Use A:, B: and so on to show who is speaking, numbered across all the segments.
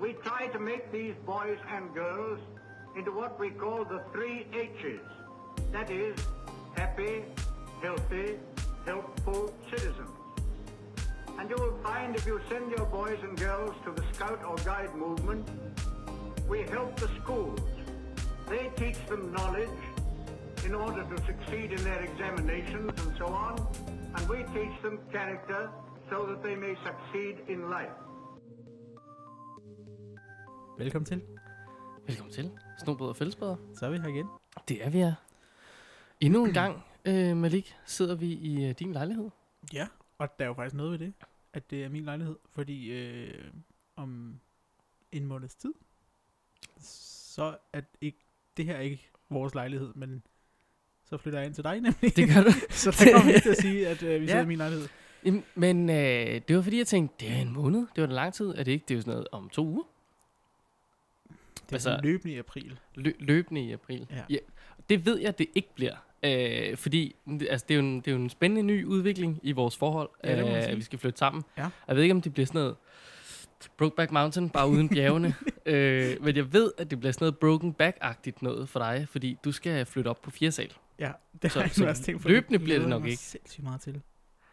A: we try to make these boys and girls into what we call the three H's. That is, happy, healthy, helpful citizens. And you will find if you send your boys and girls to the Scout or Guide movement, we help the schools. They teach them knowledge in order to succeed in their examinations and so on, and we teach them character so that they may succeed in life.
B: Velkommen til.
C: Velkommen til. Snobrød og fællesbæder.
B: Så er vi her igen.
C: Det er vi her. Endnu en gang, øh, Malik, sidder vi i øh, din lejlighed.
B: Ja, og der er jo faktisk noget ved det, at det er min lejlighed, fordi øh, om en måneds tid, så er det ikke, det her er ikke vores lejlighed, men så flytter jeg ind til dig nemlig.
C: Det gør du.
B: så der kommer vi til at sige, at øh, vi
C: Ja.
B: sidder i min lejlighed.
C: Jamen, Men øh, det var fordi, jeg tænkte, det er en måned. Det var da lang tid. Er det ikke? Det er jo sådan noget om to uger.
B: Det er
C: Altså-
B: altså, løbende i april.
C: Lø- løbende i april.
B: Ja.
C: Det ved jeg, det ikke bliver. Øh, fordi det- altså, det, er jo en, det er jo en spændende ny udvikling i vores forhold,
B: Ja, det må man
C: øh,
B: sige.
C: at vi skal flytte sammen.
B: Ja.
C: Og Jeg ved ikke, om det bliver sådan noget Brokeback Mountain, bare uden bjergene. øh, men jeg ved, at det bliver sådan noget Broken Back-agtigt noget for dig, fordi du skal flytte op på fjerde sal.
B: Ja, det
C: Så-
B: har jeg
C: så
B: nu også tænkt på.
C: løbende bliver det
B: glæder
C: nok
B: mig
C: ikke.
B: sindssygt meget til.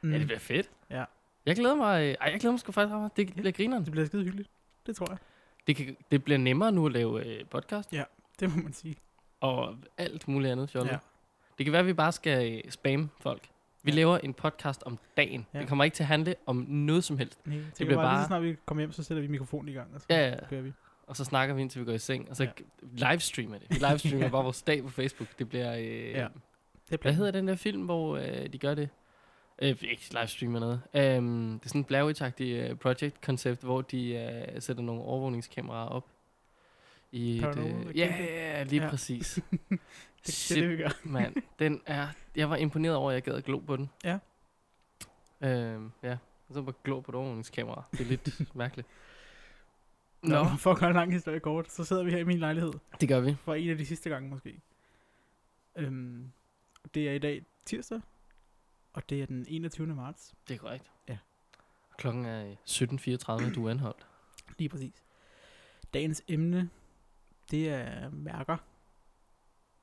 B: Mm.
C: Ja, det bliver fedt.
B: Ja.
C: Jeg glæder mig. øh, Ej, jeg glæder mig sgu faktisk ret meget. Det bliver grineren.
B: det bliver skide hyggeligt. Det tror jeg.
C: Det, kan, det bliver nemmere nu at lave øh, podcast
B: Det må man sige.
C: og alt muligt andet fjollet.
B: Ja.
C: Ja. Det kan være, at vi bare skal øh, spamme folk. Vi
B: Ja.
C: ja. laver en podcast om dagen.
B: Ja.
C: Ja. Det kommer ikke til at handle om noget som helst.
B: Nej, det
C: bliver
B: bliver bare... Lige
C: bare-
B: så snart vi kommer hjem, så sætter vi mikrofonen i gang, og så
C: Ja, ja.
B: kører vi.
C: Og så snakker vi, indtil vi går i seng. Og så
B: Ja.
C: ja. livestreamer det. Vi livestreamer
B: Ja.
C: ja. bare vores dag på Facebook. Det bliver... Øh,
B: Ja.
C: ja.
B: Det
C: Hvad hedder den der film, hvor øh, de gør det? Øh, ikke livestreamer noget. Øhm, det er sådan et blavitagtigt øh, project-koncept, hvor de øh, sætter nogle overvågningskameraer op. I et,
B: Paranormal
C: øh,
B: Activity?
C: ja, ja, ja, lige
B: Ja.
C: ja. præcis.
B: Det, det, er det, vi gør.
C: mand. Den er, jeg var imponeret over, at jeg gad at glo på den.
B: Ja.
C: Øhm, ja. Og så bare glo på et overvågningskamera. Det er lidt mærkeligt.
B: Nå.
C: Nå,
B: Nå, for at gøre en lang historie kort, så sidder vi her i min lejlighed
C: det gør vi.
B: for en af de sidste gange måske. Øhm, det er i dag tirsdag, og det er den 21. marts,
C: Det er korrekt.
B: Ja.
C: Klokken er øh, 17.34, du er anholdt.
B: lige præcis. Dagens emne, det er mærker.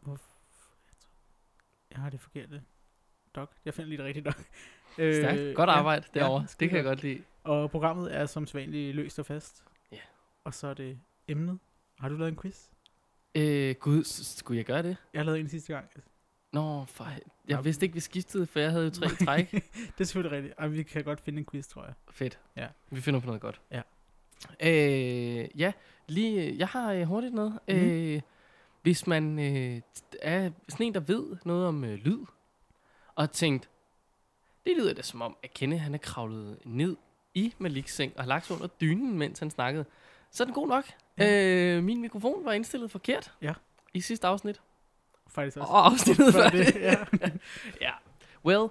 B: Hvorfor? Jeg har det forkerte dok. Jeg finder lige det rigtige dok. Øh,
C: Stærkt. Godt arbejde
B: ja,
C: derovre.
B: skide
C: det kan jeg godt lide.
B: Og programmet er som sædvanligt løst og fast.
C: Ja.
B: Og så er det emnet. Har du lavet en quiz?
C: Øh, gud, s- skulle jeg gøre det?
B: Jeg lavede en sidste gang.
C: Nå, for, he- jeg
B: Nå.
C: vidste ikke, vi skiftede, for jeg havde jo tre træk.
B: det er selvfølgelig rigtigt. Ej, vi kan godt finde en quiz, tror jeg.
C: Fedt.
B: Ja.
C: Vi finder på noget godt.
B: Ja.
C: Øh, ja, lige, øh, jeg har øh, hurtigt noget.
B: Mhm.
C: Mm. Øh, hvis man øh, t- er sådan en, der ved noget om øh, lyd, og tænkt, det lyder da som om, at Kenne han er kravlet ned i Maliks seng og har lagt sig under dynen, mens han snakkede. Så er den god nok.
B: Ja.
C: Ja. Øh, min mikrofon var indstillet forkert
B: Ja.
C: i sidste afsnit.
B: Faktisk også.
C: Og afsnittet
B: Før
C: før
B: det,
C: det.
B: ja.
C: ja. Well,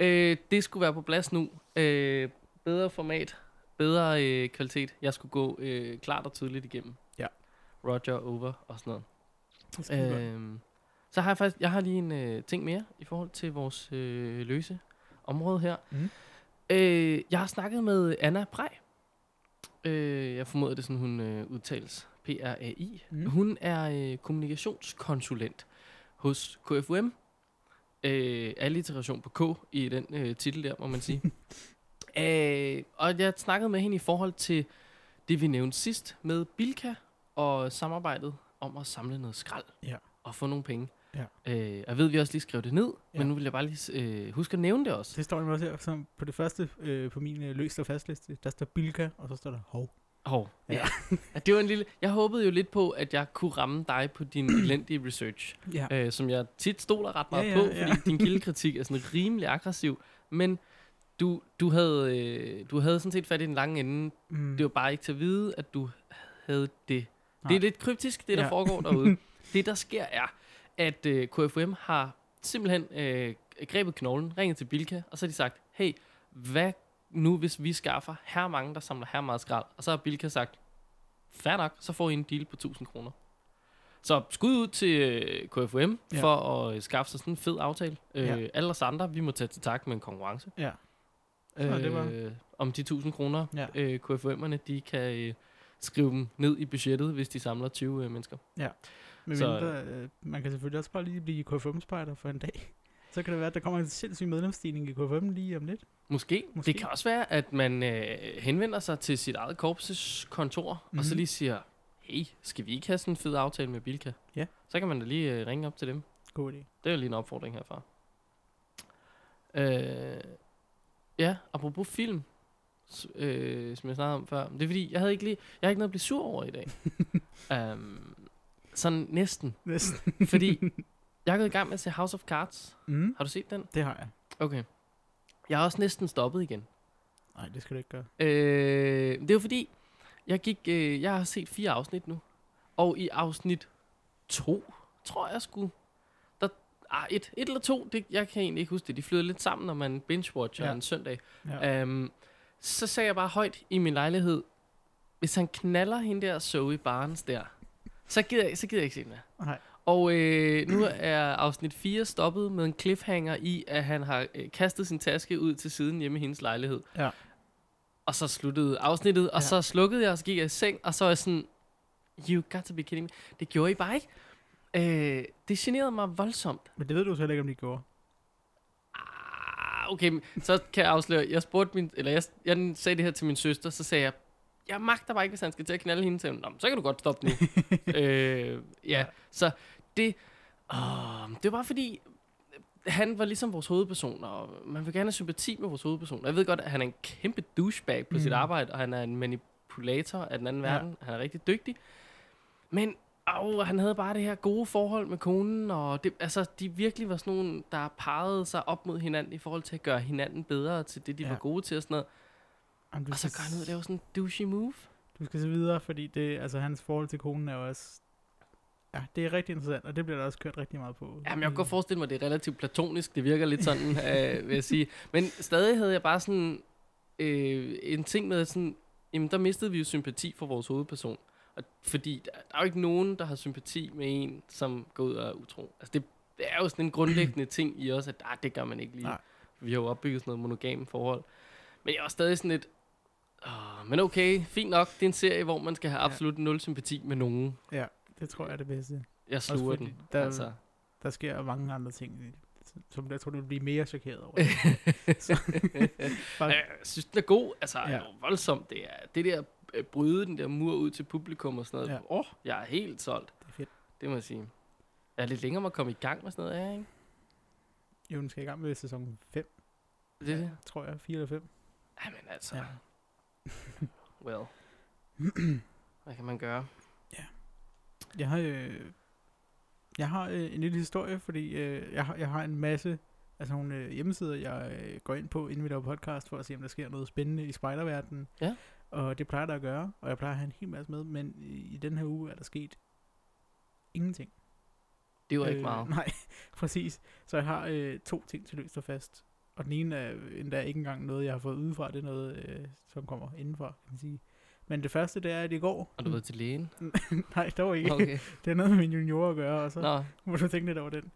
C: øh, det skulle være på plads nu. Øh, bedre format, bedre øh, kvalitet. Jeg skulle gå øh, klart og tydeligt igennem.
B: Ja.
C: Roger over og sådan
B: Det er skide godt.
C: noget. Øh, så har jeg faktisk, jeg har lige en øh, ting mere i forhold til vores øh, løse område her.
B: Mhm.
C: Øh, jeg har snakket med Anna Brej. Øh, jeg formoder, det er sådan, hun øh, udtales. P-R-A-I.
B: Mhm.
C: Mm. Hun er øh, kommunikationskonsulent hos KFUM. Øh, alliteration på K i den øh, titel der, må man sige. øh, og jeg snakkede med hende i forhold til det, vi nævnte sidst med Bilka og samarbejdet om at samle noget skrald
B: Ja.
C: og få nogle penge.
B: Ja.
C: Øh, og jeg ved, at vi også lige skrev det ned, ja.
B: Ja.
C: men nu vil jeg bare lige øh, huske at nævne det også.
B: Det står nemlig også her, som på det første øh, på min øh, løst og fastliste, der står Bilka, og så står der Hov.
C: Hov.
B: Ja.
C: Ja. ja. det var en lille... Jeg håbede jo lidt på, at jeg kunne ramme dig på din elendige research,
B: Ja.
C: øh, som jeg tit stoler ret meget
B: Ja,
C: ja,
B: ja,
C: ja, på, fordi
B: ja.
C: din kildekritik er sådan rimelig aggressiv. Men du, du, havde, øh, du havde sådan set fat i den lange ende.
B: Mm.
C: Det var bare ikke til at vide, at du havde det. Det
B: Nej.
C: er lidt kryptisk, det der
B: Ja.
C: ja. foregår derude. det, der sker, er, at øh, KFM har simpelthen øh, grebet knoglen, ringet til Bilka, og så har de sagt, hey, hvad nu, hvis vi skaffer her mange, der samler her meget skrald? Og så har Bilka sagt, fair nok, så får I en deal på 1000 kroner. Så skud ud til øh, KFM
B: Ja.
C: ja. for at øh, skaffe sig sådan en fed aftale. Øh,
B: Ja.
C: Alle os andre, vi må tage til tak med en konkurrence.
B: Ja. Sådan er det bare.
C: Øh, om de 1000 kroner,
B: Ja.
C: ja. øh, KFM'erne, de kan øh, skrive dem ned i budgettet, hvis de samler 20 øh, mennesker.
B: Men
C: Så-
B: mindre, øh, man kan selvfølgelig også bare lige blive KFM-spejder for en dag. Så kan det være, at der kommer en sindssyg medlemsstigning i KFM lige om lidt.
C: Måske. Måske.
B: Måske.
C: Det kan også være, at man øh, henvender sig til sit eget korpses kontor, mm-hmm. og så
B: Mhm.
C: lige siger, hey, skal vi ikke have sådan en fed aftale med Bilka?
B: Ja.
C: Så kan man da lige øh, ringe op til dem.
B: God idé.
C: Det er jo lige en opfordring herfra. Øh, ja, apropos film, s- øh, som jeg snakkede om før. Det er fordi, jeg havde ikke lige, jeg har ikke noget at blive sur over i dag. um, sådan næsten.
B: Næsten.
C: Fordi jeg er gået i gang med at se House of Cards.
B: Mm,
C: Har du set den?
B: det har jeg.
C: Okay. Jeg har også næsten stoppet igen.
B: Nej, det skal du ikke gøre.
C: Øh, det er jo fordi, jeg, gik, øh, jeg har set fire afsnit nu. Og i afsnit to, tror jeg sgu, der, ah, et, et eller to, det, jeg kan egentlig ikke huske det. De flyder lidt sammen, når man binge-watcher ja.
B: Ja.
C: en søndag.
B: Ja.
C: Ja. Um, så sagde jeg bare højt i min lejlighed, hvis han knaller hende der Zoe Barnes der, så gider jeg, så gider jeg ikke se den her.
B: Nej.
C: Og øh, nu er afsnit 4 stoppet med en cliffhanger i, at han har øh, kastet sin taske ud til siden hjemme i hendes lejlighed.
B: Ja.
C: Og så sluttede afsnittet, og ja.
B: Ja.
C: så slukkede jeg, og så gik jeg i seng, og så var jeg sådan, you got to be kidding me. Det gjorde I bare ikke. Øh, det generede mig voldsomt.
B: Men det ved du så heller ikke, om de gjorde.
C: Ah, okay, men så kan jeg afsløre, jeg spurgte min, eller jeg, jeg sagde det her til min søster, så sagde jeg, jeg magter bare ikke, hvis han skal til at knalde hende til. Nå, men så kan du godt stoppe nu. øh, ja, så det, åh, det var bare fordi, han var ligesom vores hovedperson, og man vil gerne have sympati med vores hovedperson. Og jeg ved godt, at han er en kæmpe douchebag på mm. sit
B: Mm.
C: arbejde, og han er en manipulator af den anden
B: Ja.
C: verden. Han er rigtig dygtig. Men og han havde bare det her gode forhold med konen, og det, altså, de virkelig var sådan nogle, der pegede sig op mod hinanden i forhold til at gøre hinanden bedre til det, de ja.
B: Ja.
C: var gode til og sådan noget.
B: Jamen, du
C: Og så
B: skal
C: går han ud og
B: s-
C: laver sådan en douchey move.
B: Du skal se videre, fordi det, altså, hans forhold til konen er jo også... Ja, det er rigtig interessant, og det bliver der også kørt rigtig meget på.
C: Jamen, jeg
B: i-
C: kan godt forestille mig, at det er relativt platonisk. Det virker lidt sådan, øh, vil jeg sige. Men stadig havde jeg bare sådan øh, en ting med, at sådan, jamen, der mistede vi jo sympati for vores hovedperson. Og, fordi der, der er jo ikke nogen, der har sympati med en, som går ud og er utro. Altså, det, det er jo sådan en grundlæggende ting i os, at ah, det gør man ikke lige.
B: Nej.
C: Vi har jo opbygget sådan noget monogame forhold. Men jeg er stadig sådan lidt, oh, men okay, fint nok. Det er en serie, hvor man skal have
B: Ja.
C: absolut nul sympati med nogen.
B: Det tror jeg er det bedste.
C: Jeg sluger
B: fordi
C: den.
B: der-
C: altså.
B: Der sker mange andre ting, i det, som jeg tror, du vil blive mere chokeret over.
C: Ja,
B: Bare,
C: Jeg synes, den er god. Altså,
B: Ja.
C: ja. voldsomt. Det er det der øh, bryde den der mur ud til publikum og sådan noget.
B: Ja.
C: Åh, jeg er helt solgt.
B: det er fedt.
C: Det må jeg sige. Jeg er lidt længere om at komme i gang med sådan noget, er jeg, ikke?
B: Jo, den skal i gang med sæson 5,
C: Det er det.
B: tror jeg. 4 eller 5.
C: Jamen altså. Ja.
B: Ja.
C: well. Hvad kan man gøre?
B: Jeg har, øh, jeg har øh, en lille historie, fordi øh, jeg, har, jeg har en masse altså nogle øh, hjemmesider, jeg øh, går ind på, inden vi laver podcast, for at se, om der sker noget spændende i spejderverdenen.
C: Ja.
B: Og det plejer der at gøre, og jeg plejer at have en hel masse med, men i, i den her uge er der sket ingenting.
C: Det var øh, ikke meget.
B: Nej, præcis. Så jeg har øh, to ting til løst og fast. Og den ene er endda ikke engang noget, jeg har fået udefra. Det er noget, øh, som kommer indenfra, kan man sige. Men det første, det er, at i går...
C: Og du ved til lægen?
B: Nej, dog ikke. Okay.
C: Okay.
B: Det er noget med min junior at gøre, og så
C: Nå,
B: må du tænke lidt over den.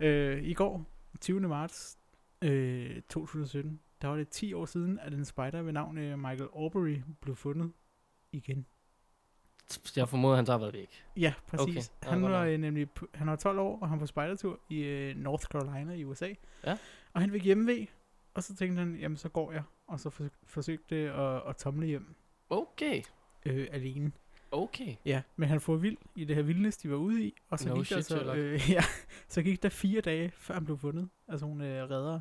B: Øh, I går, 20. marts øh, 2017, der var det 10 år siden, at en spider ved navn øh, Michael Aubrey blev fundet igen.
C: jeg formoder, han så har været væk.
B: Ja,
C: Okay,
B: præcis.
C: ja,
B: Okay. Han
C: godt
B: var
C: nok.
B: øh, nemlig p- han var 12 år, og han var på spejdertur i øh, North Carolina i USA.
C: Ja.
B: Og han fik hjemmeved, og så tænkte han, jamen så går jeg. Og så forsøg, forsøgte at, at tomle hjem
C: Okay.
B: øh, alene.
C: Okay.
B: Ja, men han får vild i det her vildnis, de var ude i, og så,
C: No
B: gik,
C: shit,
B: der så,
C: Sherlock.
B: øh, ja, så gik der fire dage, før han blev fundet af sådan nogle øh, redder.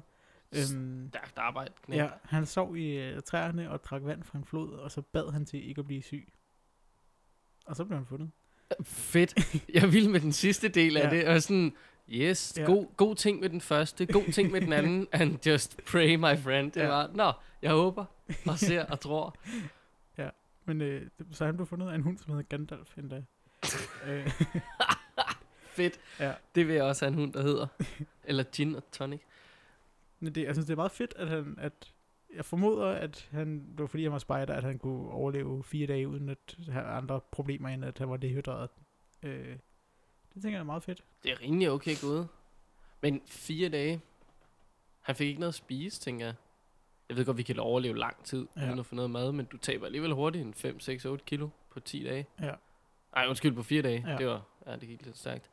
B: Øhm,
C: Stærkt arbejde. knægt.
B: ja, han sov i øh, træerne og drak vand fra en flod, og så bad han til ikke at blive syg. Og så blev han fundet.
C: Fedt. Jeg vil med den sidste del af ja.
B: Ja.
C: det, og sådan, yes, ja.
B: Ja.
C: god, god ting med den første, god ting med den anden, and just pray, my friend. Det ja.
B: Ja.
C: var, nå, jeg håber, og ser, og tror.
B: Men øh, så han blev fundet af en hund, som hedder Gandalf endda. øh,
C: Fedt.
B: Ja.
C: Det vil jeg også have en hund, der hedder. Eller gin og tonic.
B: men det, jeg synes, det er meget fedt, at han... At jeg formoder, at han, det var fordi, han var spejder, at han kunne overleve fire dage, uden at have andre problemer, end at han var dehydreret. Øh, det tænker jeg er meget fedt.
C: Det er rimelig okay gået. Men fire dage. Han fik ikke noget at spise, tænker jeg. Jeg ved godt, vi kan overleve lang tid ja.
B: Ja.
C: uden at få noget mad, men du taber alligevel hurtigt en 5, 6, 8 kilo på 10 dage.
B: Ja.
C: Nej, undskyld, på 4 dage. Ja.
B: Ja.
C: Det var, ja, det gik lidt stærkt.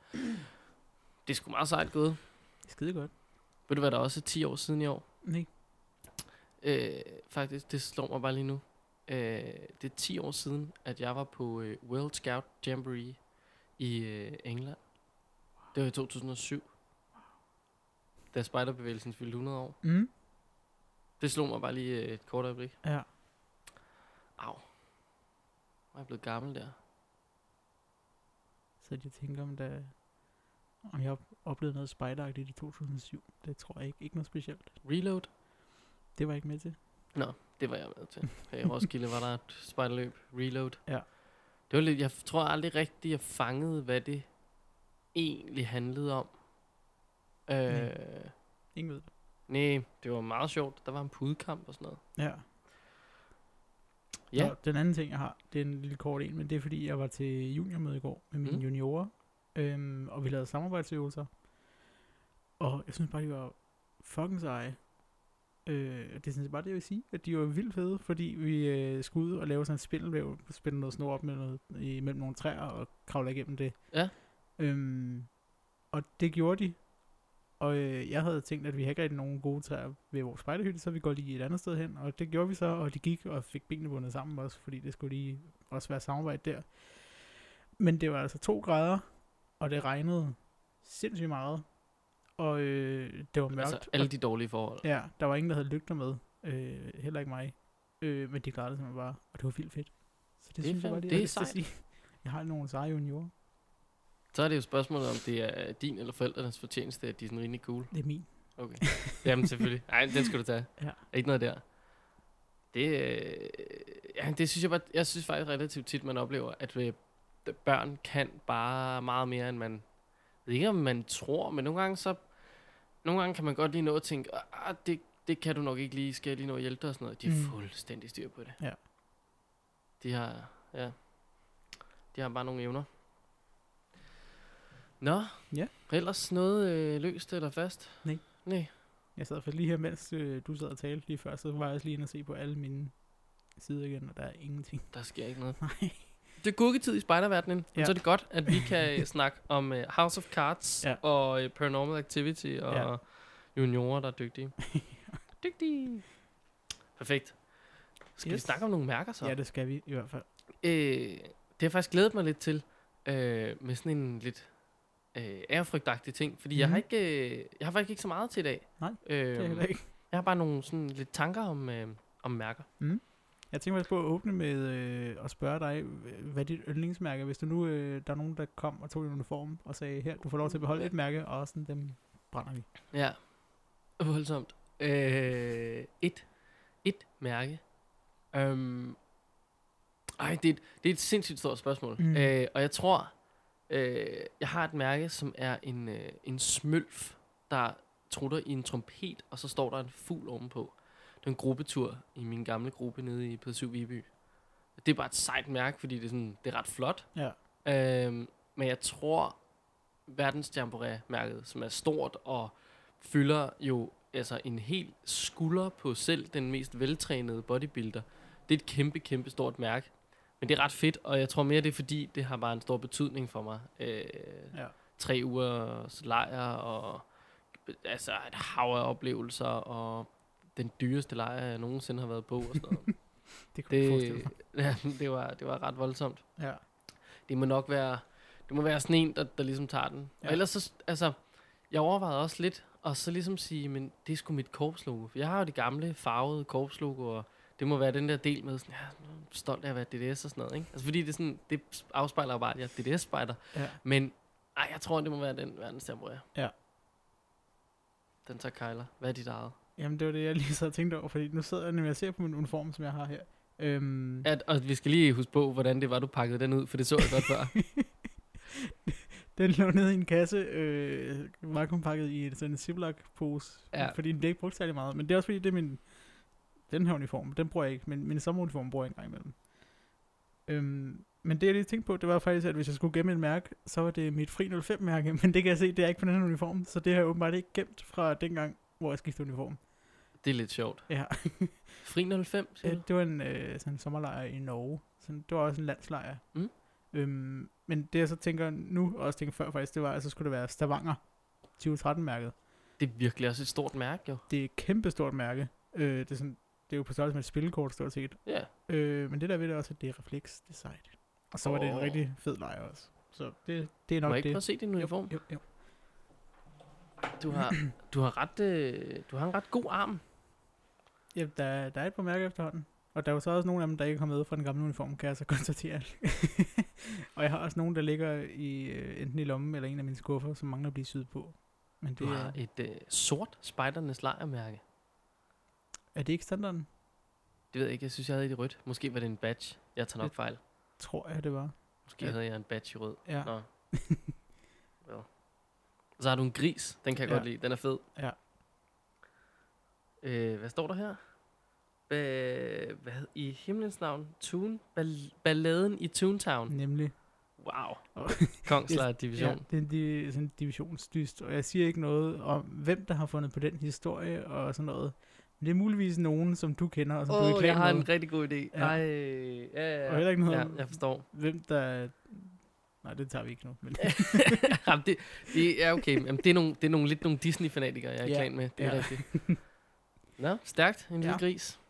C: Det er sgu meget sejt gået.
B: Skide godt.
C: Ved du hvad, der også er 10 år siden i år?
B: Nej.
C: Øh, faktisk, det slår mig bare lige nu. Øh, det er 10 år siden, at jeg var på øh, World Scout Jamboree i øh, England. Det var i 2007. Da spejderbevægelsen fyldte 100 år.
B: Mm.
C: Det slog mig bare lige øh, et kort øjeblik.
B: Ja.
C: Au. Jeg er blevet gammel der.
B: Så jeg tænker, om, der, om jeg oplevede noget spejderagtigt i 2007. Det tror jeg ikke. Ikke noget specielt.
C: Reload,
B: Det var jeg ikke med til.
C: det var jeg med til. Her i Roskilde var der et spejderløb. Reload.
B: Ja.
C: Det var lidt, jeg tror aldrig rigtigt, jeg fangede, hvad det egentlig handlede om. Øh,
B: Ingen ved det.
C: nej, det var meget sjovt. Der var en pudekamp og sådan noget.
B: Ja.
C: Ja.
B: Nå, den anden ting, jeg har, det er en lille kort en, men det er fordi, jeg var til juniormøde i går med mine
C: Mm.
B: mm. juniorer, øhm, og vi lavede samarbejdsøvelser. Og jeg synes bare, de var fucking seje. Øh, og det synes jeg bare, det jeg vil sige, at de var vildt fede, fordi vi øh, skulle ud og lave sådan en spindelvæv, spænde noget snor op med noget, imellem nogle træer og kravle igennem det.
C: Ja.
B: Øhm, og det gjorde de. Og øh, jeg havde tænkt, at vi har ikke rigtig nogen gode træer ved vores spejderhytte, så vi går lige et andet sted hen. Og det gjorde vi så, og de gik og fik benene bundet sammen også, fordi det skulle lige også være samarbejde der. Men det var altså to grader, og det regnede sindssygt meget. Og øh, det var mørkt.
C: Altså, alle de dårlige forhold.
B: Ja, der var ingen, der havde lygter med. Øh, heller ikke mig. Øh, men de klarede det simpelthen bare, og det var vildt fedt. Så det,
C: er
B: det synes jeg
C: fandme-
B: bare, det,
C: det
B: jeg
C: er
B: har lyst til at
C: sejt.
B: sige. Jeg har nogle seje juniorer.
C: Så er det jo spørgsmålet, om det er din eller forældrenes fortjeneste, at de er sådan rimelig cool.
B: Det er min.
C: Okay. Jamen selvfølgelig. Nej, den skal du tage.
B: Ja.
C: Ikke noget der. Det, øh, ja, det synes jeg bare, jeg synes faktisk relativt tit, man oplever, at øh, d- børn kan bare meget mere, end man, jeg ved ikke om man tror, men nogle gange så, nogle gange kan man godt lige nå at tænke, ah, det, det kan du nok ikke lige, skal jeg lige nå at hjælpe dig og sådan noget. De er mm.
B: Mm.
C: fuldstændig styr på det.
B: Ja.
C: De har, ja, de har bare nogle evner. Nå,
B: Ja.
C: ellers noget øh, løst eller fast?
B: Nej.
C: Nej.
B: Jeg sad for lige her, mens øh, du sad og talte lige før, så var jeg også lige inde og se på alle mine sider igen, og der er ingenting.
C: Der sker ikke noget.
B: Nej.
C: Det er gurketid i spejderverdenen, ja.
B: Ja.
C: så er det godt, at vi kan øh, snakke om uh, House of Cards ja.
B: Ja.
C: og uh, Paranormal Activity og ja.
B: Ja.
C: juniorer, der er dygtige. dygtige. Perfekt. Skal yes. vi
B: Yes.
C: snakke om nogle mærker så?
B: Ja, det skal vi i hvert fald.
C: Øh, det har faktisk glædet mig lidt til, øh, med sådan en lidt øh, ærefrygtagtig ting, fordi mm. jeg, har
B: Mhm.
C: ikke, øh, jeg har faktisk ikke så meget til i dag.
B: Nej,
C: øh,
B: Det er heller ikke.
C: Jeg har bare nogle sådan lidt tanker om, øh, om mærker.
B: Jeg tænker faktisk på at åbne med øh, at spørge dig, øh, hvad dit yndlingsmærke er. Hvis du nu, øh, der er nogen, der kom og tog din uniform og sagde, her, du får lov til at beholde et mærke, og sådan dem brænder vi.
C: Ja. Voldsomt. Øh, et. Et mærke. Um, ej, det er, et, det er et sindssygt stort spørgsmål. Mm.
B: Mm.
C: Øh, og jeg tror, øh, jeg har et mærke, som er en, øh, en smølf, der trutter i en trompet, og så står der en fugl ovenpå. Det er en gruppetur i min gamle gruppe nede i P7 Viby. Det er bare et sejt mærke, fordi det er, sådan, det er ret flot.
B: Ja.
C: Øhm, men jeg tror, verdensjamboree-mærket, som er stort og fylder jo altså en hel skulder på selv den mest veltrænede bodybuilder. Det er et kæmpe, kæmpe stort mærke. Men det er ret fedt, og jeg tror mere, det er fordi, det har bare en stor betydning for mig. Øh,
B: Ja.
C: Tre ugers lejr, og altså et hav af oplevelser, og den dyreste lejr, jeg nogensinde har været på. Og sådan noget.
B: Det kan det... du forestille
C: det,
B: dig.
C: ja, det, var, det var ret voldsomt
B: Ja.
C: det må nok være, det må være sådan en, der, der ligesom tager den. Ja.
B: Ja.
C: Og ellers så, altså, jeg overvejede også lidt, og så ligesom sige, men det er sgu mit korpslogo. For jeg har jo det gamle, farvede korpslogo, og det må være den der del med, sådan, ja, nu er jeg stolt af at være DDS og sådan noget, ikke? Altså, fordi det, er sådan, det afspejler jo bare, at jeg er DDS-spejder.
B: Ja.
C: Men, ej, jeg tror, det må være den verdenstemmer,
B: Ja.
C: Den tager Kejler. Hvad er dit eget?
B: Jamen, det var det, jeg lige sad og tænkte over, fordi nu sidder jeg, når jeg ser på min uniform, som jeg har her. Øhm,
C: At, og vi skal lige huske på, hvordan det var, du pakkede den ud, for det så jeg godt før.
B: Den lå nede i en kasse, øh, vakuumpakket i en- sådan en Ziploc-pose,
C: Ja.
B: ja. fordi den blev ikke brugt særlig meget. Men det er også fordi, det er min, den her uniform, den bruger jeg ikke, men min sommeruniform bruger jeg engang imellem. Øhm, men det jeg lige tænkte på, det var faktisk, at hvis jeg skulle gemme et mærke, så var det mit Fri 05-mærke, men det kan jeg se, det er ikke på den her uniform, så det har jeg åbenbart ikke gemt fra dengang, hvor jeg skiftede uniform.
C: Det er lidt sjovt.
B: Ja.
C: Fri 05, siger
B: Øh,
C: du?
B: det var en, øh, sådan en sommerlejr i Norge. Sådan, det var også en landslejr.
C: Mm.
B: Øhm, men det jeg så tænker nu, og også tænker før faktisk, det var, at så skulle det være Stavanger 2013-mærket.
C: Det er virkelig også et stort mærke, jo.
B: Det er et kæmpestort mærke. Øh, det, er sådan, det er jo på størrelse med et spillekort, stort set.
C: Ja.
B: Øh, men det der ved det også, at det er refleks, det er sejt. Og så var det en
C: Åh.
B: rigtig fed lejr også. Så det, det er
C: Må
B: nok
C: jeg ikke prøve
B: det.
C: at se din uniform?
B: Jo, jo.
C: Du har, du har, ret, øh, du har en ret god arm.
B: Ja, der, der er et par mærker efterhånden. Og der er jo så også nogle af dem, der ikke har med fra den gamle uniform, kan jeg så konstatere. og jeg har også nogle, der ligger i, øh, enten i lommen eller en af mine skuffer, som mangler at blive syet på. Men
C: Du
B: det er,
C: har et øh, sort spejdernes lejrmærke.
B: er det ikke standarden?
C: Det ved jeg ikke. Jeg synes, jeg havde et i rødt. Måske var det en badge. Jeg tager nok
B: Det-
C: fejl.
B: Tror jeg, det var.
C: Måske
B: Ja.
C: havde jeg en badge i rød.
B: Ja.
C: Nå. Well. Så har du en gris. Den kan jeg ja.
B: Ja.
C: godt lide. Den er fed.
B: Ja.
C: Øh, hvad står der her? Ba- hvad hed- i himlens navn? Tune? Bal- balladen i Toontown.
B: Nemlig.
C: Wow.
B: Og-
C: Kongslejr division.
B: Ja, det er en, di- sådan en divisionsdyst, og jeg siger ikke noget om, hvem der har fundet på den historie og sådan noget. Men det er muligvis nogen, som du kender, og som du
C: Åh,
B: ikke
C: oh, jeg har
B: klæder
C: en rigtig god idé.
B: Ja.
C: Ej, ja, ja, ja.
B: Og heller ikke noget
C: ja,
B: om-
C: jeg forstår.
B: Hvem der... Nej, det tager vi ikke nu. Men...
C: Jamen, det, det er okay. Jamen, det, er nogle, det er nogle, lidt nogle Disney-fanatikere, jeg er
B: Ja,
C: yeah. klan med. Det
B: ja.
C: er yeah. rigtigt. Nå, stærkt. En lille
B: Ja.
C: gris.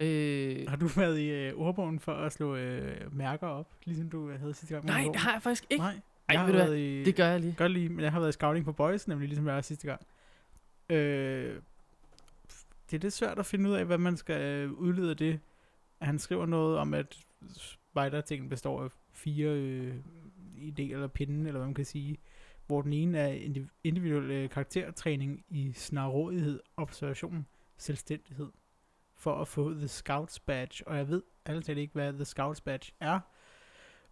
C: Øh,
B: Har du været i øh, ordbogen for at slå øh, mærker op, ligesom du øh, havde sidste gang? med
C: nej,
B: din
C: det
B: bog?
C: har jeg faktisk ikke.
B: Nej,
C: Ej,
B: jeg har
C: ved du hvad,
B: været i,
C: Det gør jeg lige.
B: godt lige, men jeg har været i scouting på Boys, nemlig ligesom jeg var sidste gang. Øh, det er lidt svært at finde ud af, hvad man skal øh, udlede af det. Han skriver noget om, at spider-tingen består af fire øh, idéer eller pinde, eller hvad man kan sige, hvor den ene er indi- individuel øh, karaktertræning i snarrådighed, observation, selvstændighed, for at få The Scouts Badge, og jeg ved altid ikke, hvad The Scouts Badge er,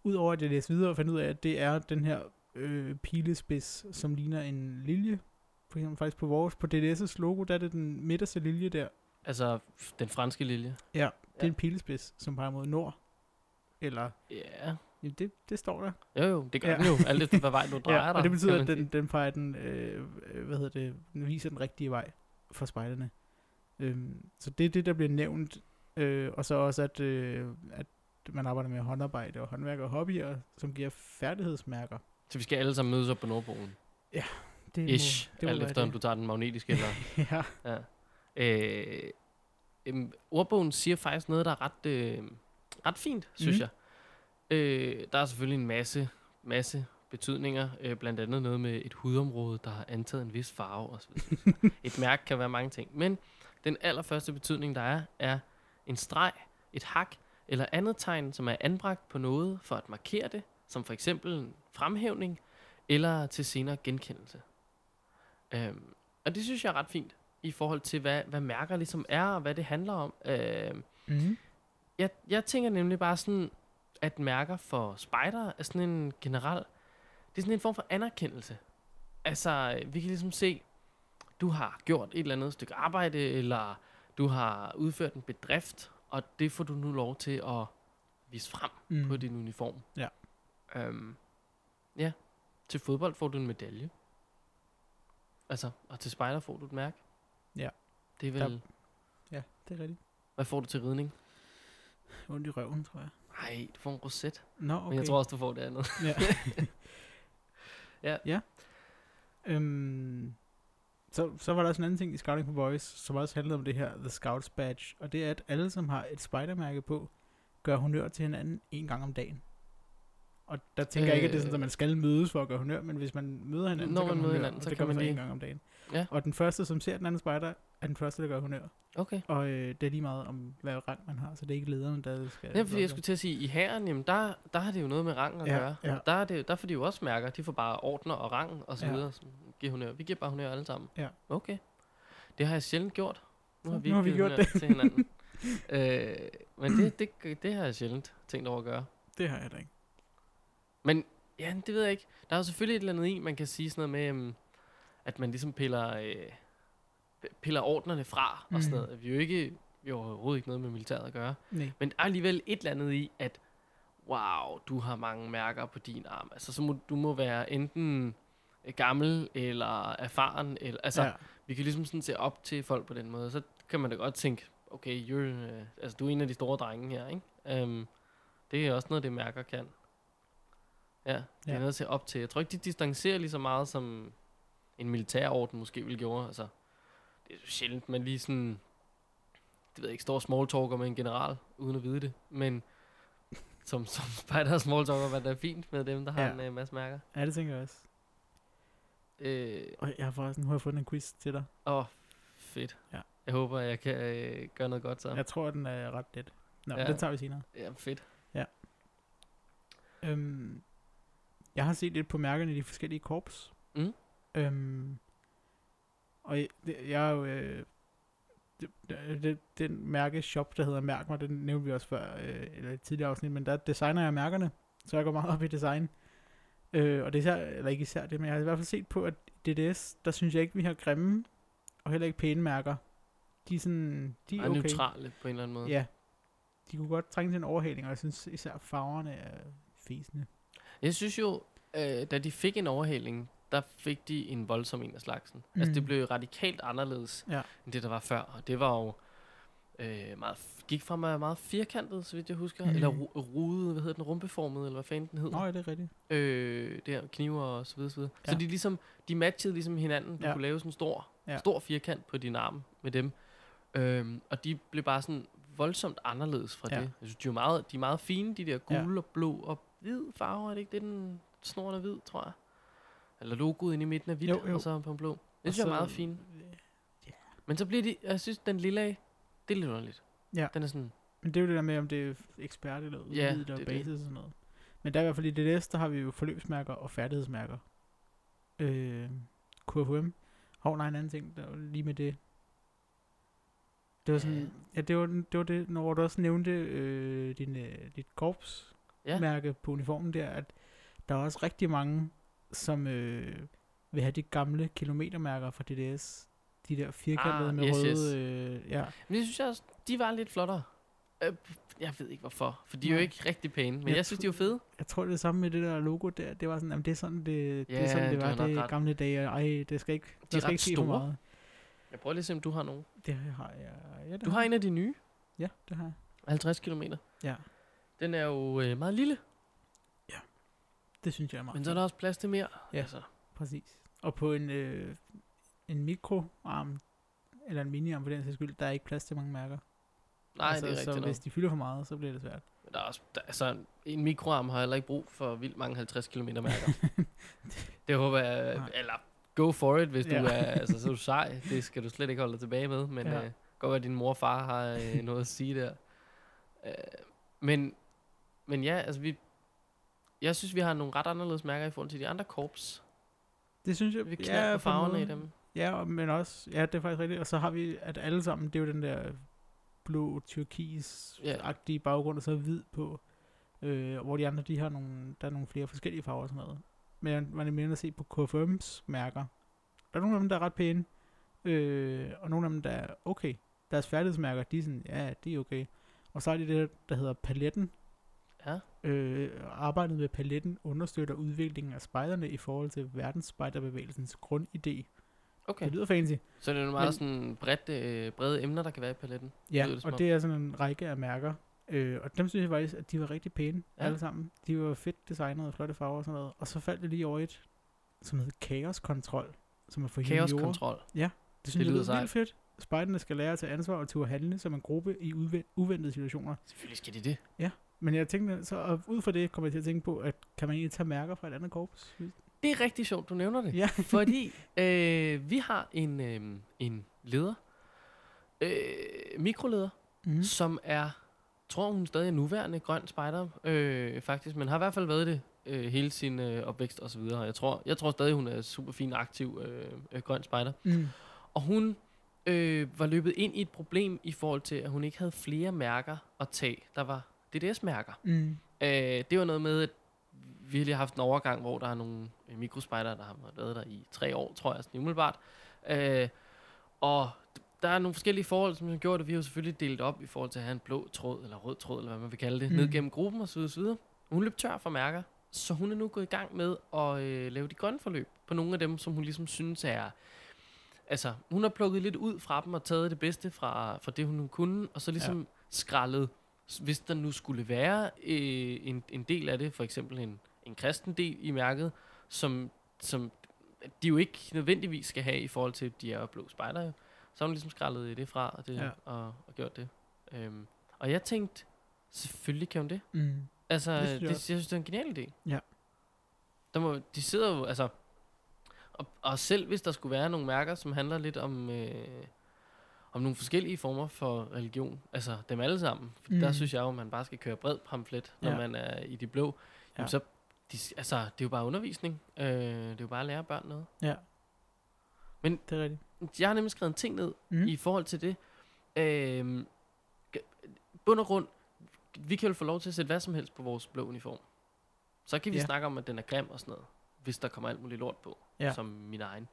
B: udover at jeg læste videre og fandt ud af, at det er den her øh, pilespids, som ligner en lilje. For eksempel faktisk på vores, på DDS' logo, der er det den midterste lilje der.
C: Altså, f- den franske lilje.
B: Ja. Det er
C: Ja.
B: en pilespids, som peger mod nord. Eller,
C: Ja.
B: jamen det, det står der.
C: Jo, jo, det gør
B: Ja.
C: ja. den jo. Alt efter, hvad vej du drejer dig.
B: og det betyder,
C: kan
B: at
C: man
B: den, den peger den, øh, øh, hvad hedder det, den viser den rigtige vej for spejderne. Øhm, så det er det, der bliver nævnt. Øh, og så også, at, øh, at man arbejder med håndarbejde og håndværk og hobbyer, som giver færdighedsmærker.
C: sige. Så vi skal alle sammen mødes op på Nordpolen.
B: Mm, Det
C: Ish. Alt
B: være
C: efter, om
B: det.
C: du tager den magnetiske eller
B: ja.
C: Ja. Øh, øhm, ordbogen siger faktisk noget, der er ret, øh, ret fint, synes
B: Mhm.
C: jeg. Øh, der er selvfølgelig en masse, masse betydninger, øh, blandt andet noget med et hudområde, der har antaget en vis farve. Og så videre. et mærke kan være mange ting. Men den allerførste betydning, der er, er en streg, et hak eller andet tegn, som er anbragt på noget for at markere det, som for eksempel en fremhævning eller til senere genkendelse. Øhm, og det synes jeg er ret fint i forhold til, hvad, hvad mærker ligesom er, og hvad det handler om. Øh,
B: Mm-hmm.
C: jeg, jeg tænker nemlig bare sådan, at mærker for spejdere er sådan en generel... Det er sådan en form for anerkendelse. Altså, øh, vi kan ligesom se, du har gjort et eller andet stykke arbejde, eller du har udført en bedrift, og det får du nu lov til at vise frem
B: Mm.
C: mm. på din uniform.
B: Ja.
C: Øhm, ja. Til fodbold får du en medalje. Altså, og til spejder får du et mærke.
B: Ja.
C: Det er vel...
B: Der- Ja, det er rigtigt.
C: Hvad får du til ridning?
B: Ondt i røven, tror jeg.
C: Nej, du får en roset.
B: Nå, okay.
C: Okay. Men jeg tror også, du får det andet.
B: Ja.
C: Ja.
B: ja. Øhm, så, så var der også en anden ting i Scouting for Boys, som også handlede om det her The Scouts Badge, og det er, at alle, som har et spidermærke på, gør honør til hinanden en gang om dagen. Og der tænker øh, jeg ikke, at det er sådan, at man skal mødes for at gøre honør, men hvis man møder hinanden,
C: Når
B: så gør
C: man møder
B: honør,
C: hinanden,
B: og
C: så
B: det gør
C: kan man
B: så en
C: lige-
B: gang om dagen.
C: Ja.
B: Og den første, som ser den anden spejder, er den første, der gør honør.
C: Okay.
B: Og øh, det er lige meget om, hvad rang man har, så det er ikke lederen, der skal...
C: Ja, fordi jeg skulle til at sige, i hæren, jamen der, der har det jo noget med rang at
B: Ja,
C: gøre.
B: ja.
C: Der, er det, der får de jo også mærker. De får bare ordner og rang og så
B: Ja.
C: videre. Så Giv honør. Vi giver bare honør alle sammen.
B: Ja.
C: Okay. Det har jeg sjældent gjort. Nu har
B: Så
C: vi,
B: nu
C: ikke
B: har vi
C: givet
B: gjort
C: honør til hinanden. øh, men det, det, det har jeg sjældent tænkt over at gøre.
B: Det har jeg da ikke.
C: Men ja, det ved jeg ikke. Der er jo selvfølgelig et eller andet i, man kan sige sådan noget med, øhm, at man ligesom piller, øh, p- piller ordnerne fra mm. og sådan
B: Mm.
C: noget. Vi er jo ikke, vi har overhovedet ikke noget med militæret at gøre.
B: Nej.
C: Men der er alligevel et eller andet i, at wow, du har mange mærker på din arm. Altså, så må, du må være enten øh, gammel eller erfaren. Eller, altså,
B: ja.
C: ja. vi kan ligesom sådan se op til folk på den måde. Så kan man da godt tænke, okay, you're, øh, altså, du er en af de store drenge her, ikke? Um, det er også noget, det mærker kan. Ja, det ja.
B: Ja.
C: er noget at se op til. Jeg tror ikke, de distancerer lige så meget, som en militærorden måske ville gøre. Altså, det er jo sjældent, man lige sådan, det ved jeg ikke, står og smalltalker med en general, uden at vide det. Men som, som spejder og smalltalker, var det da fint med dem, der har
B: Ja.
C: ja. en øh, masse mærker.
B: ja, det tænker jeg også.
C: Øh,
B: Og jeg har forresten, nu har jeg fundet en quiz til dig.
C: Åh, oh, fedt.
B: Ja.
C: Jeg håber, jeg kan øh, gøre noget godt så.
B: Jeg tror, den er ret let. Nå, ja.
C: Ja.
B: den tager vi senere.
C: Ja, fedt.
B: Øhm, jeg har set lidt på mærkerne i de forskellige korps.
C: Mm.
B: Øhm, og jeg, det- jeg er jo... Øh, det, det, det, den mærke shop, der hedder Mærk mig, den nævnte vi også før, øh, eller i et tidligere afsnit, men der designer jeg mærkerne, så jeg går meget op i design. Øh, og det er især, eller ikke især det, men jeg har i hvert fald set på, at DDS, der synes jeg ikke, vi har grimme, og heller ikke pæne mærker. De er sådan, de
C: De
B: er
C: er
B: okay.
C: neutrale på en eller anden måde.
B: Ja. De kunne godt trænge til en overhaling, og jeg synes især farverne er fæsende.
C: Jeg synes jo, øh, da de fik en overhaling, der fik de en voldsom en af slagsen. Mm. Altså, det
B: Mm.
C: blev jo radikalt anderledes
B: Ja.
C: end det, der var før. Og det var jo øh, meget, gik fra mig meget firkantet, så vidt jeg husker.
B: Mhm.
C: Mm. Eller ru- rude, hvad hedder den, rumpeformet, eller hvad fanden den hedder.
B: Nå, ja, det er rigtigt.
C: øh, det her kniver og så videre, så videre.
B: Ja.
C: Ja. Så de ligesom, de matchede ligesom hinanden. Du
B: Ja.
C: ja. kunne lave sådan en stor,
B: Ja.
C: ja. stor firkant på din arm med dem. Øhm, og de blev bare sådan voldsomt anderledes fra
B: Ja.
C: ja. det. Jeg synes, de er, jo meget, de er meget fine, de der
B: Ja.
C: gule og blå og hvid farver. Er det ikke det, den snoren er hvid, tror jeg? Eller logoet inde i midten er hvidt,
B: Jo, jo.
C: og så på en blå.
B: Og
C: Det synes jeg er
B: så-
C: meget fint.
B: Ja.
C: Men så bliver de, jeg synes, den lille af, det er lidt underligt.
B: Ja.
C: Den er sådan,
B: Men det er jo det der med, om det er ekspert eller
C: Ja,
B: udvidet og
C: det er det.
B: basis og sådan noget. Men der er i hvert fald i DDS, der har vi jo forløbsmærker og færdighedsmærker. Øh, KFM. Hov, nej, en anden ting, der var lige med det. Det var sådan,
C: Ja.
B: ja, det, var, det var det, når du også nævnte øh, din, øh, dit korps
C: Ja.
B: mærke på uniformen der, at der er også rigtig mange, som øh, vil have de gamle kilometermærker fra DDS. De der firkantede
C: Ah,
B: med
C: yes,
B: røde,
C: yes.
B: Øh, ja.
C: Men det synes jeg også, de var lidt flottere. Øh, jeg ved ikke hvorfor, for de er jo
B: Nej.
C: ikke rigtig pæne, men
B: Jeg
C: jeg, jeg synes,
B: tro-
C: de var fede.
B: jeg tror det er samme med det der logo der, det var sådan, jamen det er sådan, det, det, er
C: Ja,
B: sådan, det
C: du
B: var
C: har nok
B: det
C: ret.
B: gamle dage, og ej, det skal ikke, de
C: er
B: der skal
C: ret
B: ikke ske for
C: store.
B: meget.
C: Jeg prøver lige at se, om du har nogen.
B: Det har jeg, ja, det
C: Du har en af de nye,
B: Ja, det har jeg.
C: 50 km.
B: Ja,
C: Den er jo øh, meget lille,
B: det synes jeg er meget.
C: men så er der
B: fedt.
C: også plads til mere.
B: Ja.
C: Altså,
B: Præcis. Og på en, øh, en mikroarm, eller en miniarm for den sags skyld, der er ikke plads til mange mærker.
C: nej, altså, det er
B: så
C: rigtigt nok.
B: hvis de fylder for meget, så bliver det svært.
C: Men Der er også, der, altså, en mikroarm har heller ikke brug for vildt mange 50 km mærker. det håber jeg,
B: Nej.
C: eller go for it, hvis ja.
B: Ja.
C: du er, altså, så er du sej. Det skal du slet ikke holde dig tilbage med, men
B: Ja.
C: ja. øh, godt være, at din mor og far har øh, noget at sige der. Øh, men, men ja, altså vi, jeg synes, vi har nogle ret anderledes mærker i forhold til de andre korps.
B: Det synes jeg,
C: Vi knalder ja, på
B: en måde.
C: farverne i dem.
B: Ja, og- men også, ja, det er faktisk rigtigt. Og så har vi, at alle sammen, det er jo den der blå,
C: Ja.
B: turkis-agtige baggrund, og så hvid på. Øh, hvor de andre, de har nogle, der er nogle flere forskellige farver og sådan noget. Men man er mere inde at se på KFM's mærker. Der er nogle af dem, der er ret pæne, øh, og nogle af dem, der er okay. Deres færdighedsmærker, de er sådan, ja, det er okay. Og så er det det, der hedder paletten.
C: Ja.
B: Øh, arbejdet med paletten understøtter udviklingen af spejderne i forhold til verdensspejderbevægelsens grundidé.
C: Okay.
B: Det lyder fancy.
C: Så det er nogle
B: Men-
C: meget sådan bredt, øh, brede emner, der kan være i paletten.
B: Ja,
C: lyder det som
B: og
C: om.
B: det er sådan en række af mærker. Øh, og dem synes jeg faktisk, at de var rigtig pæne, ja.
C: Ja.
B: alle sammen. De var fedt designet og flotte farver og sådan noget. Og så faldt det lige over et, som hedder Chaos Control, som er for juniorer.
C: Kaoskontrol.
B: Det synes
C: Det
B: det jeg
C: lyder
B: lyder vildt fedt. Spejderne skal lære at tage ansvar og turde handle som en gruppe i uven- uventede situationer.
C: Selvfølgelig skal de det.
B: Men jeg tænkte, så og ud fra det kommer jeg til at tænke på, at kan man egentlig tage mærker fra et andet korps?
C: Det er rigtig sjovt, du nævner det.
B: Ja.
C: Fordi øh, vi har en, øh, en leder, øh, mikroleder,
B: Mm.
C: mm. som er, tror hun stadig er nuværende grøn spejder, øh, faktisk, men har i hvert fald været det øh, hele sin øh, opvækst og så videre. Jeg tror, jeg tror stadig, hun er super fin aktiv øh, øh, grøn spejder.
B: Mm.
C: Og hun øh, var løbet ind i et problem i forhold til, at hun ikke havde flere mærker at tage. Der var DDS-mærker.
B: Mm.
C: Øh, det var noget med, at vi har lige haft en overgang, hvor der er nogle øh, mikrospejder, der har været der i tre år, tror jeg, sådan umiddelbart. Øh, og d- der er nogle forskellige forhold, som har gjort, at vi har jo selvfølgelig delt op i forhold til at have en blå tråd, eller rød tråd, eller hvad man vil kalde det,
B: Mm.
C: mm. ned gennem gruppen osv. osv. Hun løb tør for mærker, Så hun er nu gået i gang med at øh, lave de grønne forløb på nogle af dem, som hun ligesom synes er... Altså, hun har plukket lidt ud fra dem og taget det bedste fra, fra det, hun nu kunne, og så ligesom ja. skrællet, s- hvis der nu skulle være øh, en, en del af det, for eksempel en, en kristen del i mærket, som, som de jo ikke nødvendigvis skal have i forhold til, at de er blå spejder jo. Så har hun ligesom skrællet det fra og, det,
B: Ja.
C: ja. og, og gjort det. Øhm, og jeg tænkte, selvfølgelig kan hun det.
B: Mm.
C: Altså,
B: Det
C: det
B: synes jeg
C: synes jeg, det,
B: også.
C: jeg synes, det er en genial idé.
B: Ja.
C: Der må, de sidder jo, altså... Og, og selv hvis der skulle være nogle mærker, som handler lidt om... Øh, om nogle forskellige former for religion. Altså dem alle sammen. For
B: Mm.
C: Der synes jeg jo, man bare skal køre bred pamflet, når
B: Ja.
C: man er i de blå. Jamen,
B: Ja.
C: så, de, altså, det er jo bare undervisning. Øh, det er jo bare at lære børn noget.
B: Ja.
C: Men-
B: det er rigtigt.
C: Jeg har nemlig skrevet en ting ned,
B: Mm.
C: mm. i forhold til det. Øhm, g- bund og grund, vi kan jo få lov til at sætte hvad som helst på vores blå uniform. Så kan vi
B: Ja.
C: ja. snakke om, at den er grim og sådan noget, hvis der kommer alt muligt lort på,
B: Ja.
C: ja. som min egen.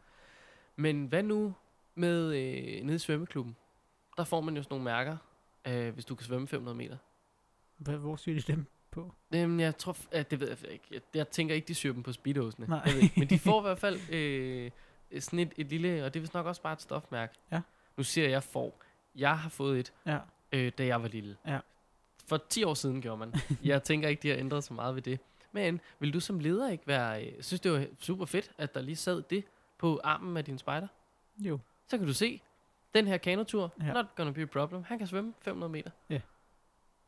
C: Men hvad nu med øh, nede i svømmeklubben? Der får man jo sådan nogle mærker, øh, hvis du kan svømme 500 meter.
B: Hvad, hvor syr de dem på?
C: Jamen, jeg tror, f- at det ved jeg ikke. Jeg, jeg tænker ikke, de syr dem på speedosene.
B: Nej.
C: Jeg ved ikke. Men de får i hvert fald øh, sådan et, et lille, og det er vist nok også bare et stofmærke.
B: Ja.
C: Nu siger jeg får. Jeg har fået et,
B: Ja.
C: øh, da jeg var lille.
B: Ja.
C: For 10 år siden gjorde man. Jeg tænker ikke, de har ændret så meget ved det. Men vil du som leder ikke være... Øh, synes, det var super fedt, at der lige sad det på armen af din spejder?
B: Jo.
C: Så kan du se, den her kanotur,
B: Ja.
C: ja. not gonna be a problem. Han kan svømme 500 meter.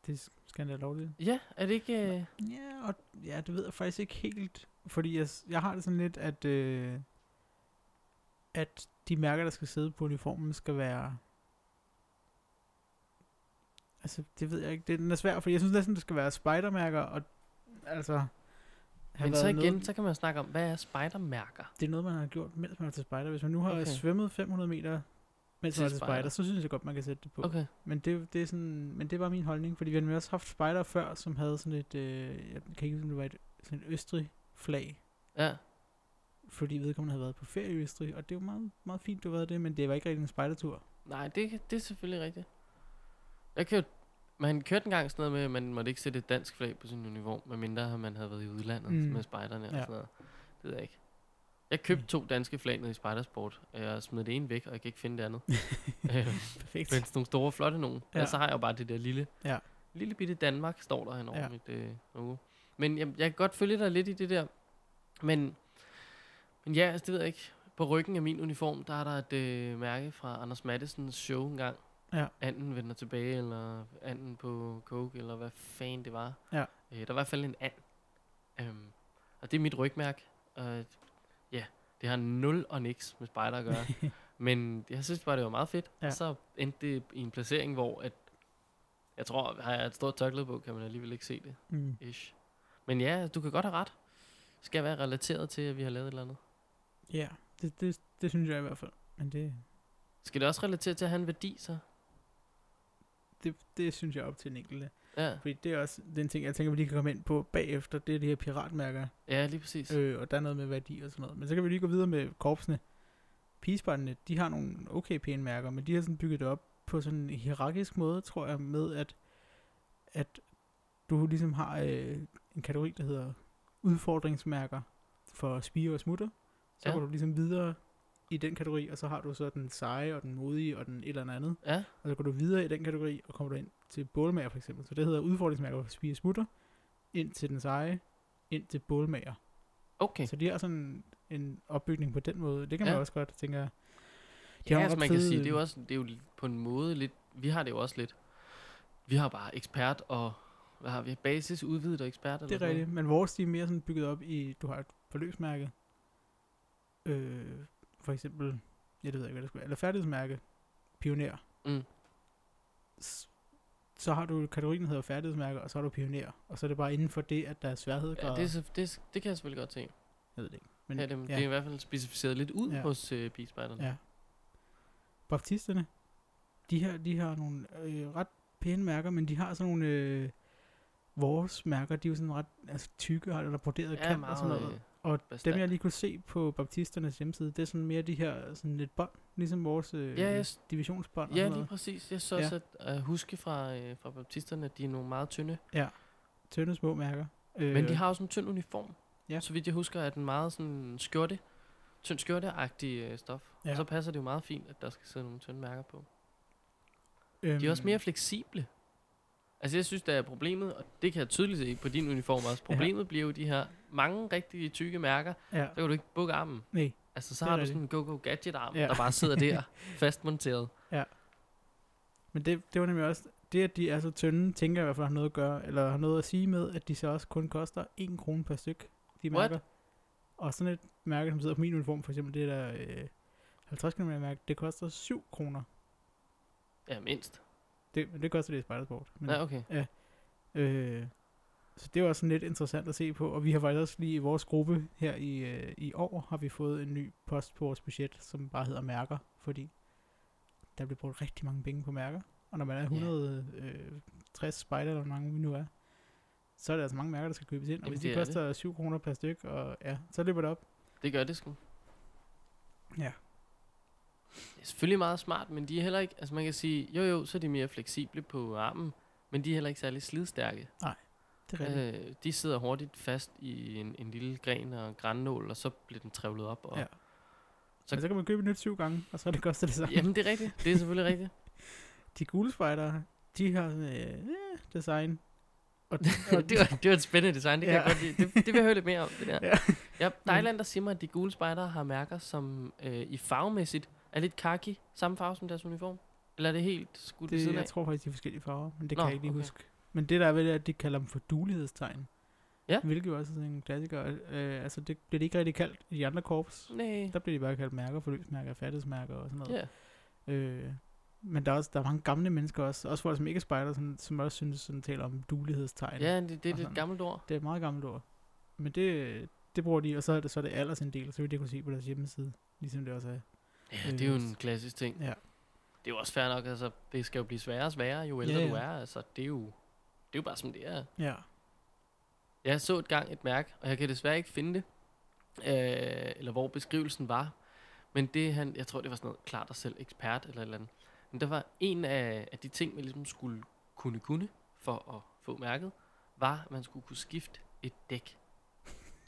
B: Det skal han da lovligt.
C: Ja, er det ikke... Øh,
B: Ja, og ja, det ved jeg faktisk ikke helt, fordi jeg, s- jeg har det sådan lidt, at, øh, at de mærker, der skal sidde på uniformen, skal være... Altså, det ved jeg ikke. Det, den er svær, fordi jeg synes næsten, det skal være spejdermærker, og altså... have
C: men så
B: været
C: igen,
B: noget,
C: så kan man snakke om, hvad er spejdermærker?
B: Det er noget, man har gjort, mens man er til spejder. Hvis man nu har okay.
C: Okay.
B: svømmet 500 meter, mens
C: Til
B: man er til spejder,
C: spejder.
B: så synes jeg godt, man kan sætte det på.
C: Okay.
B: Men det, det er sådan, men det var min holdning, fordi vi har nemlig også haft spejder før, som havde sådan et, øh, jeg kan ikke huske, om det var et, sådan et Østrig flag,
C: Ja.
B: fordi vedkommende havde været på ferie i Østrig, og det var meget, meget fint, du ved det, men det var ikke rigtig en spejdertur.
C: Nej, det, kan- det er selvfølgelig rigtigt. Jeg kan jo, man kørte engang sådan noget med, at man måtte ikke sætte et dansk flag på sin uniform, medmindre man havde været i udlandet
B: Mm.
C: mm. med spejderne ja. Mm. og
B: Ja.
C: sådan noget. Det ved jeg ikke. Jeg købte to danske flag nede i spejdersport, og jeg smed det ene væk, og jeg kan ikke finde det andet. øh,
B: Perfekt.
C: men sådan nogle store, flotte nogen.
B: Ja.
C: Ja. Og så har jeg jo bare det der lille,
B: Ja.
C: lille bitte Danmark, står der henover
B: Ja.
C: ja. mit øh, logo. Men jeg, jeg kan godt følge dig lidt i det der. Men, men ja, altså, det ved jeg ikke. På ryggen af min uniform, der er der et øh, mærke fra Anders Mattesens show engang.
B: Ja.
C: Anden vender tilbage, eller anden på coke, eller hvad fanden det var.
B: Ja.
C: Øh, der var i hvert fald en and. Øhm, og det er mit rygmærke. Og ja, det har nul og niks med spejder at gøre. Men jeg synes bare, det var meget fedt.
B: Ja.
C: Ja. Og så endte det i en placering, hvor at, jeg tror, har jeg et stort tørklæde på, kan man alligevel ikke se det.
B: Mm.
C: Ish. Men ja, du kan godt have ret. Det skal være relateret til, at vi har lavet et eller andet.
B: Ja, det, det, det synes jeg i hvert fald. Men det,
C: Skal det også relatere til at have en værdi, så?
B: det, det synes jeg er op til den enkelte.
C: Ja,
B: Fordi det er også den ting, jeg tænker, vi lige kan komme ind på bagefter, det er de her piratmærker,
C: ja lige præcis. Øh.
B: øh, og der er noget med værdi og sådan noget. Men så kan vi lige gå videre med korpsene. Pigespartene, de har nogle okay pæne mærker, men de har sådan bygget det op på sådan en hierarkisk måde, tror jeg, med at, at du ligesom har øh, en kategori, der hedder udfordringsmærker for spire og smutter. Så ja.
C: Ja.
B: går du ligesom videre i den kategori, og så har du så den seje og den modige og den et eller andet.
C: Ja,
B: Og så går du videre i den kategori, og kommer du ind til bålmager for eksempel. Så det hedder udfordringsmærker for spire og smutter, ind til den seje, ind til bålmager.
C: okay.
B: Så de har sådan en opbygning på den måde. Det kan man
C: Ja.
B: også godt tænke. De
C: Ja,
B: nogle ret
C: altså
B: øh,
C: man kan
B: fede-
C: sige, det er, jo også, det er jo på en måde lidt, vi har det jo også lidt. Vi har bare ekspert og, hvad har vi, basis, udvidet og ekspert. Eller
B: Det er
C: sådan noget.
B: rigtigt, men vores de er mere sådan bygget op i, du har et forløbsmærke. Øh, for eksempel, ja, det ved jeg ikke, hvad det skulle være, eller færdighedsmærke, pioner.
C: Mm.
B: S- så har du kategorien, der hedder færdighedsmærke, og så har du pioner. Og så er det bare inden for det, at der er sværhedsgrader.
C: Ja, det, er, så- det, det kan jeg selvfølgelig godt se.
B: jeg ved det ikke.
C: Men, ja, det, ja. det er i hvert fald specificeret lidt ud
B: Ja.
C: ja. hos øh, Peacebejderne.
B: Ja. Baptisterne, de her, de har nogle øh, ret pæne mærker, men de har sådan nogle, øh, vores mærker, de er jo sådan ret altså, tykke, og der broderet
C: Ja,
B: kant og sådan noget.
C: øh,
B: Og dem,
C: bastant.
B: jeg lige kunne se på baptisternes hjemmeside, det er sådan mere de her sådan lidt bånd, ligesom vores øh,
C: Ja,
B: ja,
C: ja,
B: yes.
C: s-
B: divisionsbånd og
C: Ja,
B: sådan
C: lige
B: noget.
C: præcis. Jeg så
B: Ja.
C: også at, at huske fra, øh, fra baptisterne, at de er nogle meget tynde.
B: Tynde små mærker. Øh,
C: Men de har også en tynd uniform.
B: Ja.
C: Så vidt jeg husker, er den meget sådan skjorte, tynd skjorteagtig øh, stof. Ja.
B: Ja.
C: Og så passer det jo meget fint, at der skal sidde nogle tynde mærker på.
B: øhm,
C: De er også mere fleksible. Altså jeg synes, der er problemet, og det kan jeg tydeligt se på din uniform også. Problemet ja. bliver jo de her mange rigtige tykke mærker.
B: Ja,
C: Så kan du ikke bukke armen.
B: nej.
C: Altså så
B: Det er
C: har du
B: rigtigt.
C: sådan en go-go gadget arm,
B: Ja.
C: ja. der bare sidder der fastmonteret.
B: Men det, det var nemlig også, det at de er så tynde, tænker jeg i hvert fald har noget at gøre, eller har noget at sige med, at de så også kun koster 1 krone per styk, de
C: What?
B: mærker. Og sådan et mærke, som sidder på min uniform, for eksempel det der øh, 50 km mærke, det koster 7 kroner.
C: Ja, mindst.
B: Det, men det koster det i Spejdersport. Men,
C: Ja, okay.
B: øh, så det var sådan lidt interessant at se på, og vi har faktisk også lige i vores gruppe her i, øh, i år, har vi fået en ny post på vores budget, som bare hedder mærker, fordi der blev brugt rigtig mange penge på mærker. Og når man er 160 spejder, eller hvor mange vi nu er, så er der altså mange mærker, der skal købes ind. Og
C: Jamen,
B: hvis
C: det
B: de
C: er
B: koster 7 kroner per styk, og ja, så løber det op.
C: Det gør det sgu.
B: Ja.
C: Det er selvfølgelig meget smart, men de er heller ikke... Altså man kan sige, jo jo, så er de mere fleksible på armen, men de er heller ikke særlig slidstærke.
B: Det er rigtigt.
C: Øh, de sidder hurtigt fast i en, en lille gren og grænnål, og så bliver den trævlet op. Og,
B: Ja.
C: ja.
B: så, Men så kan man købe et nyt syv gange, og så er det koster det samme.
C: Jamen det er rigtigt, det er selvfølgelig rigtigt.
B: De gule spejdere, de har sådan, øh, øh, design. Og, og
C: det, var, det var et spændende design, det kan
B: Ja.
C: ja. jeg godt lide. Det, det vil jeg høre lidt mere om, det der.
B: Ja.
C: Ja. Ja, der er et eller andet, der siger mig, at de gule spejdere har mærker, som øh, i farvemæssigt er lidt kaki, samme farve som deres uniform. Eller er det helt skudt ved
B: Det,
C: siden af?
B: jeg tror faktisk, de er forskellige farver, men det Nå, kan
C: Nå,
B: jeg ikke lige okay.
C: okay.
B: huske. Men det der er ved, det er, at de kalder dem for dulighedstegn.
C: Ja.
B: Hvilket jo også er sådan en klassiker. Øh, altså, det bliver de ikke rigtig kaldt i de andre korps.
C: Nej.
B: Der bliver de bare kaldt mærker, forløbsmærker, færdighedsmærker og sådan noget.
C: Ja.
B: Øh, men der er også der er mange gamle mennesker også, også folk, som ikke er spejder, som, som også synes, sådan taler om dulighedstegn.
C: ja, det, det
B: Og
C: er et
B: sådan.
C: lidt gammelt ord.
B: Det er et meget gammelt ord. Men det, det bruger de, og så er det, så er det aldersindel, så vil det kunne se på deres hjemmeside, ligesom det også er.
C: Ja, det er jo en klassisk ting.
B: Ja.
C: Det er jo også fair nok, altså det skal jo blive sværere og sværere, jo ældre
B: Ja,
C: du
B: ja.
C: er. Altså det er jo, det er jo bare som det er.
B: Ja.
C: Jeg så et gang et mærke, og jeg kan desværre ikke finde det, øh, eller hvor beskrivelsen var. Men det han, jeg tror det var sådan noget, klar dig selv ekspert eller et eller andet. Men der var en af, af de ting, man ligesom skulle kunne kunne for at få mærket, var, at man skulle kunne skifte et dæk.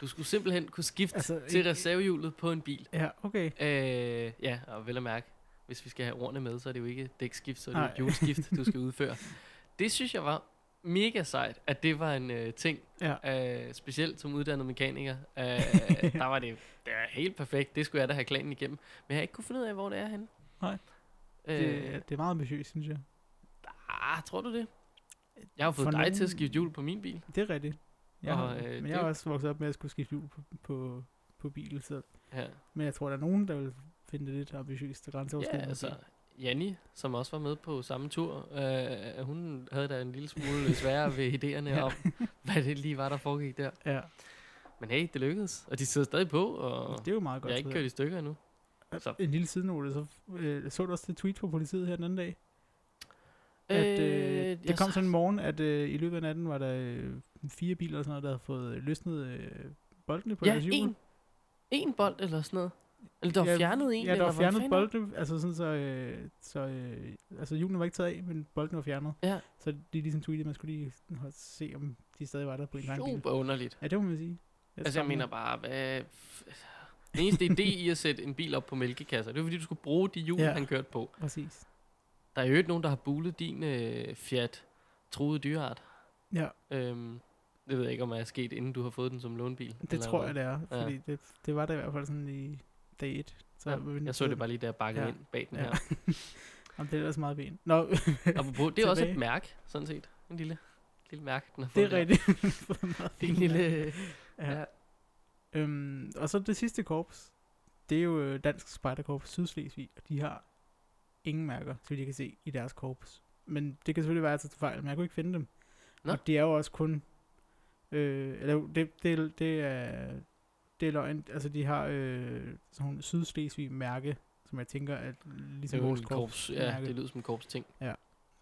C: Du skulle simpelthen kunne skifte
B: Altså,
C: altså, til
B: ikke-
C: reservehjulet på en bil.
B: Ja, okay.
C: Øh, ja, og vel at mærke, hvis vi skal have ordene med, så er det jo ikke dækskift, så er det jo
B: Nej.
C: et hjulskift, du skal udføre. Det synes jeg var mega sejt, at det var en øh, ting,
B: Ja.
C: øh, specielt som uddannet mekaniker. Øh, der var det, det var helt perfekt, det skulle jeg da have klanen igennem. Men jeg har ikke kunne finde ud af, hvor det er henne.
B: Nej.
C: Øh,
B: Det,
C: det...
B: det er meget ambitiøst, synes jeg.
C: ah, tror du det? Jeg har jo fået
B: For
C: dig
B: nogen-
C: til at skifte hjul på min bil.
B: Det er rigtigt. Jeg
C: Og,
B: har,
C: øh,
B: øh, men
C: det-
B: jeg har også vokset op med at skulle skifte hjul på, på, på bil, så,
C: Ja,
B: men jeg tror, der er nogen, der vil finde det lidt ambitiøst og grænseoverskridende.
C: ja altså, Janni, som også var med på samme tur, øh, hun havde da en lille smule sværere ved idéerne
B: Ja.
C: ja. om, hvad det lige var, der foregik der.
B: Ja,
C: Men hey, det lykkedes. Og de sidder stadig på, og
B: det er jo meget godt.
C: jeg er ikke
B: tror
C: kørt i stykker endnu. så.
B: En lille sidenote, så øh, så du også det tweet fra politiet her den anden dag? At, øh, det
C: jeg
B: kom
C: så-
B: sådan en morgen, at øh, i løbet af natten var der øh, fire biler og sådan noget, der havde fået løsnet øh, boldene på
C: ja,
B: deres hjul.
C: en, en bold eller sådan noget. Eller der var
B: Ja,
C: fjernet en,
B: Ja, der
C: eller
B: var
C: hvad
B: fjernet
C: fanden?
B: boldene, altså sådan så, øh, så øh, altså hjulene var ikke taget af, men boldene var fjernet.
C: Ja.
B: Så de ligesom tweetede, man skulle lige se, om de stadig var der på en eller anden bil.
C: Super underligt.
B: Ja, det må man sige. Det er
C: Altså, jeg
B: skræmmende.
C: mener bare, hvad... f- Den eneste idé i at sætte en bil op på mælkekasser, det var, fordi du skulle bruge de hjul,
B: Ja.
C: ja. han kørte på.
B: Præcis.
C: Der er jo ikke nogen, der har bulet din øh, Fiat truet dyreart.
B: Ja,
C: Øhm, det ved jeg ikke, om det er sket, inden du har fået den som lånbil.
B: det tror jeg, det er.
C: Ja.
B: Fordi det, det var der i hvert fald sådan i dag 1. Så var vi
C: Ja,
B: nødt
C: jeg så
B: til-
C: det bare lige, da jeg bakkede
B: Ja.
C: ja. ind bag den
B: Ja.
C: ja. her.
B: Jamen, det er ellers meget ben. Nå, det
C: Apropos, det er også et
B: Tilbage.
C: mærke, sådan set. En lille, lille mærke, den har
B: er
C: fået der.
B: rigtigt. Det er meget
C: Det er en
B: fint,
C: lille... øh,
B: Ja. ja.
C: ja.
B: Øhm, og så det sidste korps. Det er jo øh, Dansk Spejderkorps Sydslesvig, og de har ingen mærker, så vidt jeg kan se, i deres korps. Men det kan selvfølgelig være, at jeg tager fejl, men jeg kunne ikke finde dem.
C: Nå.
B: Og det er jo også kun... Øh, eller jo, det, det, det er... Det er løgn. Altså, de har øh, sådan nogle Sydslesvig-mærke, som jeg tænker, at
C: Det
B: ligesom
C: er jo
B: vores
C: en korps. Ja,
B: korpsmærke.
C: det lyder som en korps ting.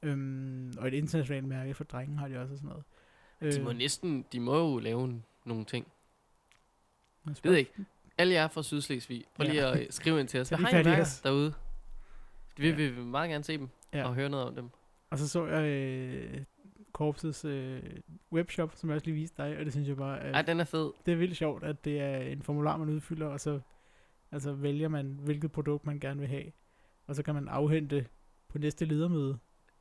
B: Øhm, og et internationalt mærke for drenge har de også og sådan noget. Øh.
C: De må næsten, de må jo lave n- nogle ting.
B: det
C: Det ved jeg ikke. Alle jer fra Sydslesvig, prøv
B: Ja.
C: lige at øh, skrive ind til os.
B: Tag
C: Hvad
B: lige
C: har I
B: fat i
C: mærker
B: os.
C: derude? Vi
B: Ja.
C: vil vil meget gerne se dem
B: Ja.
C: og høre noget om dem.
B: Og så så jeg øh, korpsets øh, webshop, som jeg også lige viste dig, og det synes jeg bare,
C: Ej,
B: at
C: den er fed.
B: det er vildt sjovt, at det er en formular, man udfylder, og så altså, vælger man, hvilket produkt man gerne vil have. Og så kan man afhente på næste ledermøde.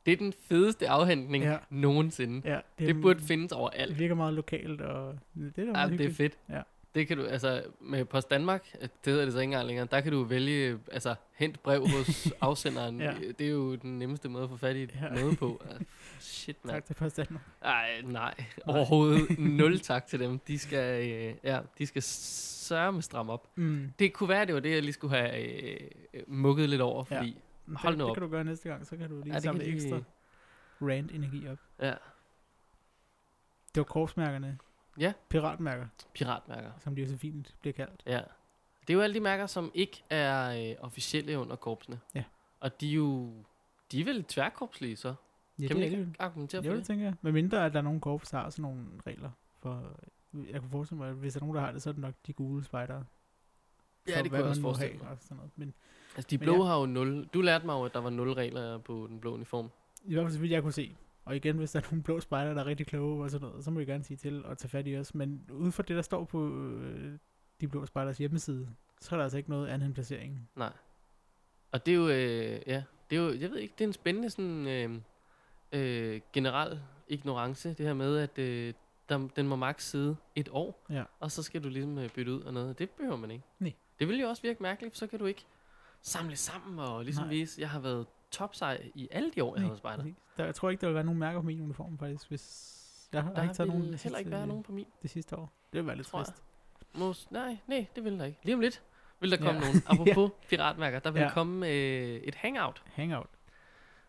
C: Det er den fedeste afhentning
B: Ja.
C: ja. nogensinde. Ja.
B: Ja,
C: Det burde findes overalt.
B: det virker meget lokalt, og det er da
C: Ja,
B: meget
C: det er
B: hyggeligt.
C: fedt.
B: Ja.
C: Det kan du, altså med Post Danmark, det hedder det så ikke engang længere, der kan du vælge, altså hent brev hos afsenderen.
B: Ja.
C: ja. Det er jo den nemmeste måde at få fat i
B: Ja.
C: ja. noget på. Altså, Shit, mand.
B: Tak til Post Danmark.
C: Ej, nej. Overhovedet nul tak til dem. De skal, øh, ja, de skal sørme stramme op.
B: Mm.
C: Det kunne være, det var det, jeg lige skulle have øh, øh, mukket lidt over,
B: Ja.
C: fordi...
B: Men
C: Hold
B: det,
C: nu
B: det
C: op.
B: kan du gøre næste gang, så kan du lige
C: Ja,
B: ja,
C: det
B: samle
C: kan de-
B: ekstra rant-energi op.
C: Ja. ja.
B: Det var korpsmærkerne.
C: Ja.
B: Piratmærker,
C: Piratmærker.
B: som de jo så fint bliver kaldt.
C: Ja. Det er jo alle de mærker, som ikke er øh, officielle under korpsene.
B: Ja.
C: Og de er jo... De er vel tværkorpslige, så?
B: Ja,
C: kan
B: det
C: man
B: er
C: ikke
B: rigtigt.
C: argumentere for
B: Jo, det
C: det?
B: tænker jeg. Med mindre, at der er nogen korps, der har sådan nogle regler. For jeg kunne forestille mig, at hvis der er nogen, der har det, så er det nok de gule spejdere.
C: Ja,
B: for hvad
C: det kunne jeg
B: man
C: også
B: må
C: forestille
B: have
C: mig.
B: Og sådan noget. Men
C: Altså, de
B: Men
C: blå
B: ja.
C: har jo nul... Du lærte mig jo, at der var nul regler på den blå uniform.
B: i hvert fald, så vidt jeg kunne se. Og igen, hvis der er nogle blå spejder, der er rigtig kloge og sådan noget, så må I gerne sige til og tage fat i os. Men ud fra det, der står på øh, de blå spejders hjemmeside, så er der altså ikke noget andet end placeringen.
C: Nej. Og det er jo... Øh, ja, det er jo... Jeg ved ikke, det er en spændende sådan... Øh, øh, generel ignorance, det her med, at øh, der, den må max sidde et år,
B: Ja.
C: og så skal du ligesom øh, bytte ud og noget. Det behøver man ikke.
B: Nej.
C: Det vil jo også virke mærkeligt, for så kan du ikke samle sammen og ligesom
B: Nej.
C: Nej. vise, jeg har været topsej i alle de år, jeg har været spejder.
B: præcis. der, jeg tror ikke, der vil være nogen mærker på min uniform, faktisk, hvis... Jeg har
C: Der
B: ikke taget nogen øh.
C: vil
B: det
C: heller ikke
B: sidste-
C: være nogen på min.
B: det sidste år. Det vil være lidt
C: Tror jeg.
B: trist.
C: Mås, nej, nej, det vil der ikke. Lige om lidt vil der komme
B: Ja.
C: nogen. Apropos piratmærker, der vil
B: Ja.
C: komme øh, et hangout,
B: Hangout.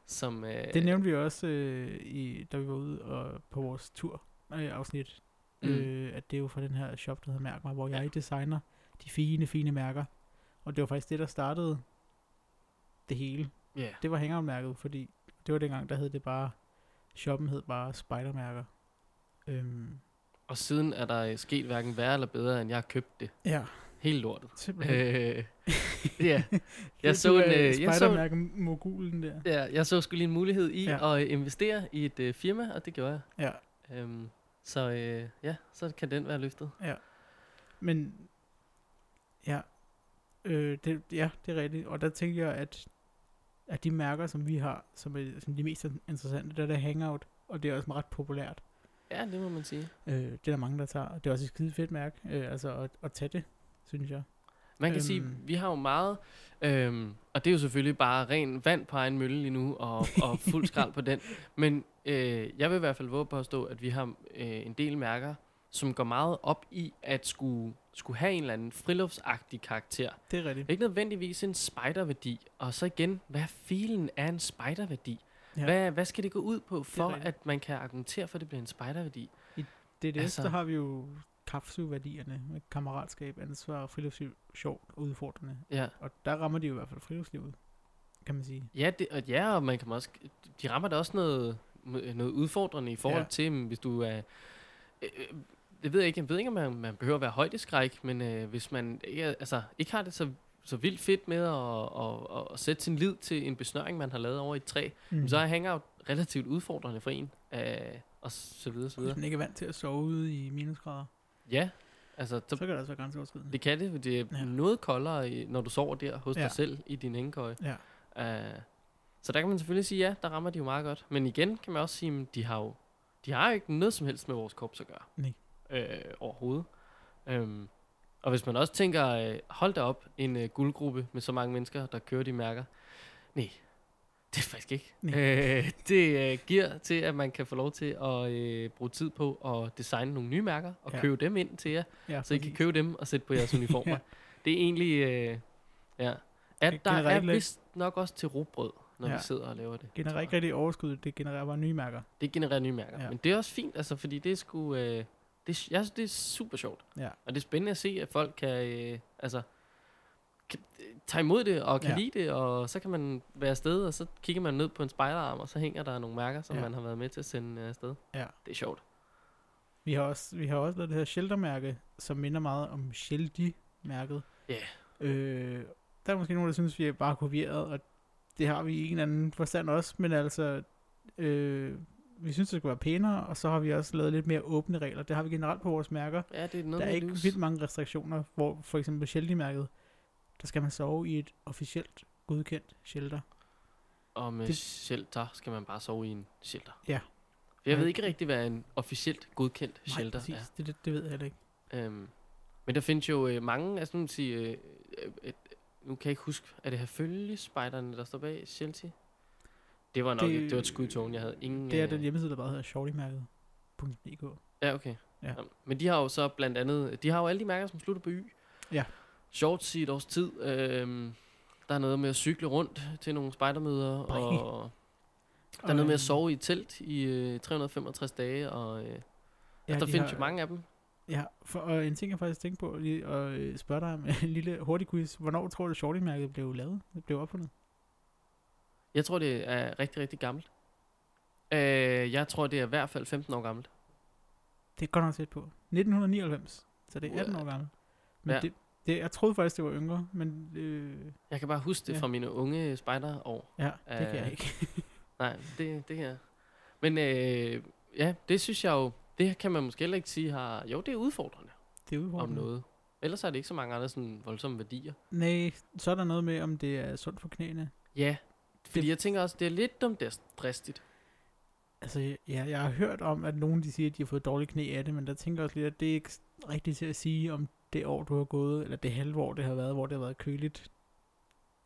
C: som... Øh,
B: Det nævnte vi også, øh, i, da vi var ude og, på vores tur øh, afsnit,
C: Mm.
B: mm. øh, at det er jo fra den her shop, der hedder Mærk mig, hvor jeg designer de fine, fine mærker. Og det var faktisk det, der startede det hele.
C: yeah.
B: Det var hangout-mærket, fordi det var dengang, der hed det bare, shoppen hed bare spidermærker. Øhm,
C: Og siden er der øh, sket hverken værre eller bedre, end jeg har købt det.
B: ja,
C: Helt lortet.
B: simpelthen.
C: Øh, ja. jeg så en, øh, jeg så-
B: Spidermærke-mogulen der.
C: ja, jeg så skulle lige en mulighed i
B: Ja.
C: ja. at øh, investere i et øh, firma, og det gjorde jeg.
B: Ja.
C: Øhm, så øh, ja, så kan den være løftet.
B: Men ja, øh, det, ja, det er rigtigt. Og der tænker jeg, at, at de mærker, som vi har, som er som de mest interessante, der er det Hangout, og det er også ret populært.
C: Ja, det må man sige.
B: Øh, det er der mange, der tager. og Det er også et skide fedt mærke, øh, altså at, at tage det, synes jeg.
C: Man kan øhm. sige,
B: Øhm.
C: vi har jo meget, øhm, og det er jo selvfølgelig bare ren vand på egen mølle lige nu, og, og fuld skrald på den. Men øh, jeg vil i hvert fald våge på at stå, at vi har øh, en del mærker, som går meget op i at skulle, skulle have en eller anden friluftsagtig karakter.
B: Det er rigtigt.
C: Ikke nødvendigvis en spejderværdi. Og så igen, hvad filen er en spejderværdi?
B: Ja.
C: Ja. Hvad, hvad skal det gå ud på, for
B: rigtigt.
C: at man kan argumentere for, at det bliver en spejderværdi?
B: Det er det, altså,
C: altså-
B: der har vi jo kapsu-værdierne med kammeratskab, ansvar, friluftsliv, sjovt og udfordrende.
C: Ja,
B: Og der rammer de jo i hvert fald friluftslivet, kan man sige.
C: ja, det, og, ja og man kan også, de rammer da også noget, noget udfordrende i forhold
B: Ja.
C: ja. til, mm, hvis du er... Øh, øh, jeg ved ikke, jeg ved ikke, om man, man behøver at være højdeskræk, men øh, hvis man ikke, er- altså, ikke har det så, så vildt fedt med at, at, at, at sætte sin lid til en besnøring, man har lavet over i et træ, mm. så er hangout relativt udfordrende for en, øh, og så videre, så videre.
B: Hvis man ikke er vant til at sove ude i minusgrader,
C: Ja, altså
B: så,
C: så,
B: så kan det også være grænseoverskridende.
C: det kan det, for det er
B: Ja.
C: ja. noget koldere, i- når du sover der hos
B: Ja.
C: ja. dig selv i din hængekøje.
B: Ja.
C: Uh, så der kan man selvfølgelig sige, ja, der rammer de jo meget godt. Men igen kan man også sige, at de har jo, de har jo ikke noget som helst med vores korps at gøre.
B: Nej.
C: Øh, overhovedet. Um, og hvis man også tænker, øh, hold da op, en øh, guldgruppe med så mange mennesker, der kører de mærker. Nej, det er faktisk ikke.
B: Nej.
C: Øh, det øh, giver til, at man kan få lov til at øh, bruge tid på at designe nogle nye mærker og
B: Ja.
C: ja. købe dem ind til jer.
B: Ja,
C: Så I kan købe dem og sætte på jeres uniformer.
B: Ja.
C: ja. Det er egentlig... Øh, ja.
B: Det
C: At der
B: genererer
C: er
B: ikke lidt-
C: vist nok også til robrød, når
B: Ja.
C: vi sidder og laver det. tror
B: genererer
C: jeg.
B: ikke rigtig overskud, det genererer bare nye mærker.
C: Det genererer nye mærker.
B: Ja.
C: Ja. Men det er også fint, altså, fordi det er sgu... Øh, det, er- jeg synes, det er super sjovt.
B: Ja.
C: Og det er spændende at se, at folk kan... Øh, altså, kan, øh, tage imod det og kan
B: Ja.
C: ja. lide det, og så kan man være afsted, og så kigger man ned på en spejderarm, og så hænger der nogle mærker, som
B: Ja.
C: ja. man har været med til at sende øh, afsted.
B: Ja.
C: Det er sjovt.
B: Vi har også, vi har også lavet det her sheltermærke, som minder meget om Sheldy-mærket.
C: Ja.
B: Øh, der er måske nogen, der synes, vi er bare kopieret, og det har vi i en eller anden forstand også, men altså, øh, vi synes, det skulle være pænere, og så har vi også lavet lidt mere åbne regler. Det har vi generelt på vores mærker.
C: Ja, det er noget
B: Der er
C: med
B: ikke
C: lus.
B: vildt mange restriktioner, hvor for eksempel på Sheltie-mærket, der skal man sove i et officielt godkendt shelter.
C: Og med det...
B: Det-
C: shelter skal man bare sove i en shelter.
B: Ja.
C: Jeg
B: Ja.
C: ved ikke rigtig, hvad en officielt godkendt shelter
B: Nej, præcis. Det, det, det ved jeg heller ikke.
C: er. Øhm, men der findes jo øh, mange, altså nu vil sige, øh, øh, øh, nu kan jeg ikke huske, er det her følgespejderne, der står bag shelter? Det var nok det,
B: Det-
C: ikke, det var et skud i tågen, jeg havde ingen...
B: Det er
C: øh,
B: den hjemmeside, der bare hedder shortymærket.dk.
C: Ja, okay. Ja.
B: Ja.
C: Men de har jo så blandt andet, de har jo alle de mærker, som slutter på Y.
B: Ja.
C: Shorts i et års tid. Øhm, der er noget med at cykle rundt til nogle spejdermøder,
B: Nej.
C: og der er noget med
B: øhm,
C: at sove i et telt i øh, 365 dage, og øh, ja, der
B: de
C: findes
B: har-
C: jo mange af dem.
B: Ja, for, og en ting, jeg faktisk tænkte på, lige at øh, spørge dig om en lille hurtig quiz. Hvornår tror du, shortymærket blev lavet? Det blev opfundet?
C: Jeg tror, det er rigtig, rigtig gammelt. Øh, jeg tror, det er i hvert fald 15 år gammelt.
B: Det er godt nok tæt på. 1999, så det er 18
C: What?
B: år gammelt. Men
C: Ja.
B: ja. det, det, jeg troede faktisk, det var yngre, men øh,
C: Jeg kan bare huske det
B: Ja.
C: fra mine unge spejderår.
B: ja, det kan
C: Øh,
B: jeg ikke.
C: Nej, det, det her. Men øh, ja, det synes jeg jo, det kan man måske heller ikke sige har... Jo, det er udfordrende.
B: Det er
C: om
B: udfordrende.
C: noget. Ellers er det ikke så mange andre sådan voldsomme værdier.
B: Nej, så er der noget med, om det er sundt for knæene.
C: Ja, fordi
B: Det-
C: jeg tænker også, det er lidt dumt, det er dristigt.
B: Altså, ja, jeg har hørt om, at nogen de siger, at de har fået dårlige knæ af det, men der tænker jeg også lidt, at det er ikke rigtigt til at sige, om det år, du har gået, eller det halve år, det har været, hvor det har været køligt.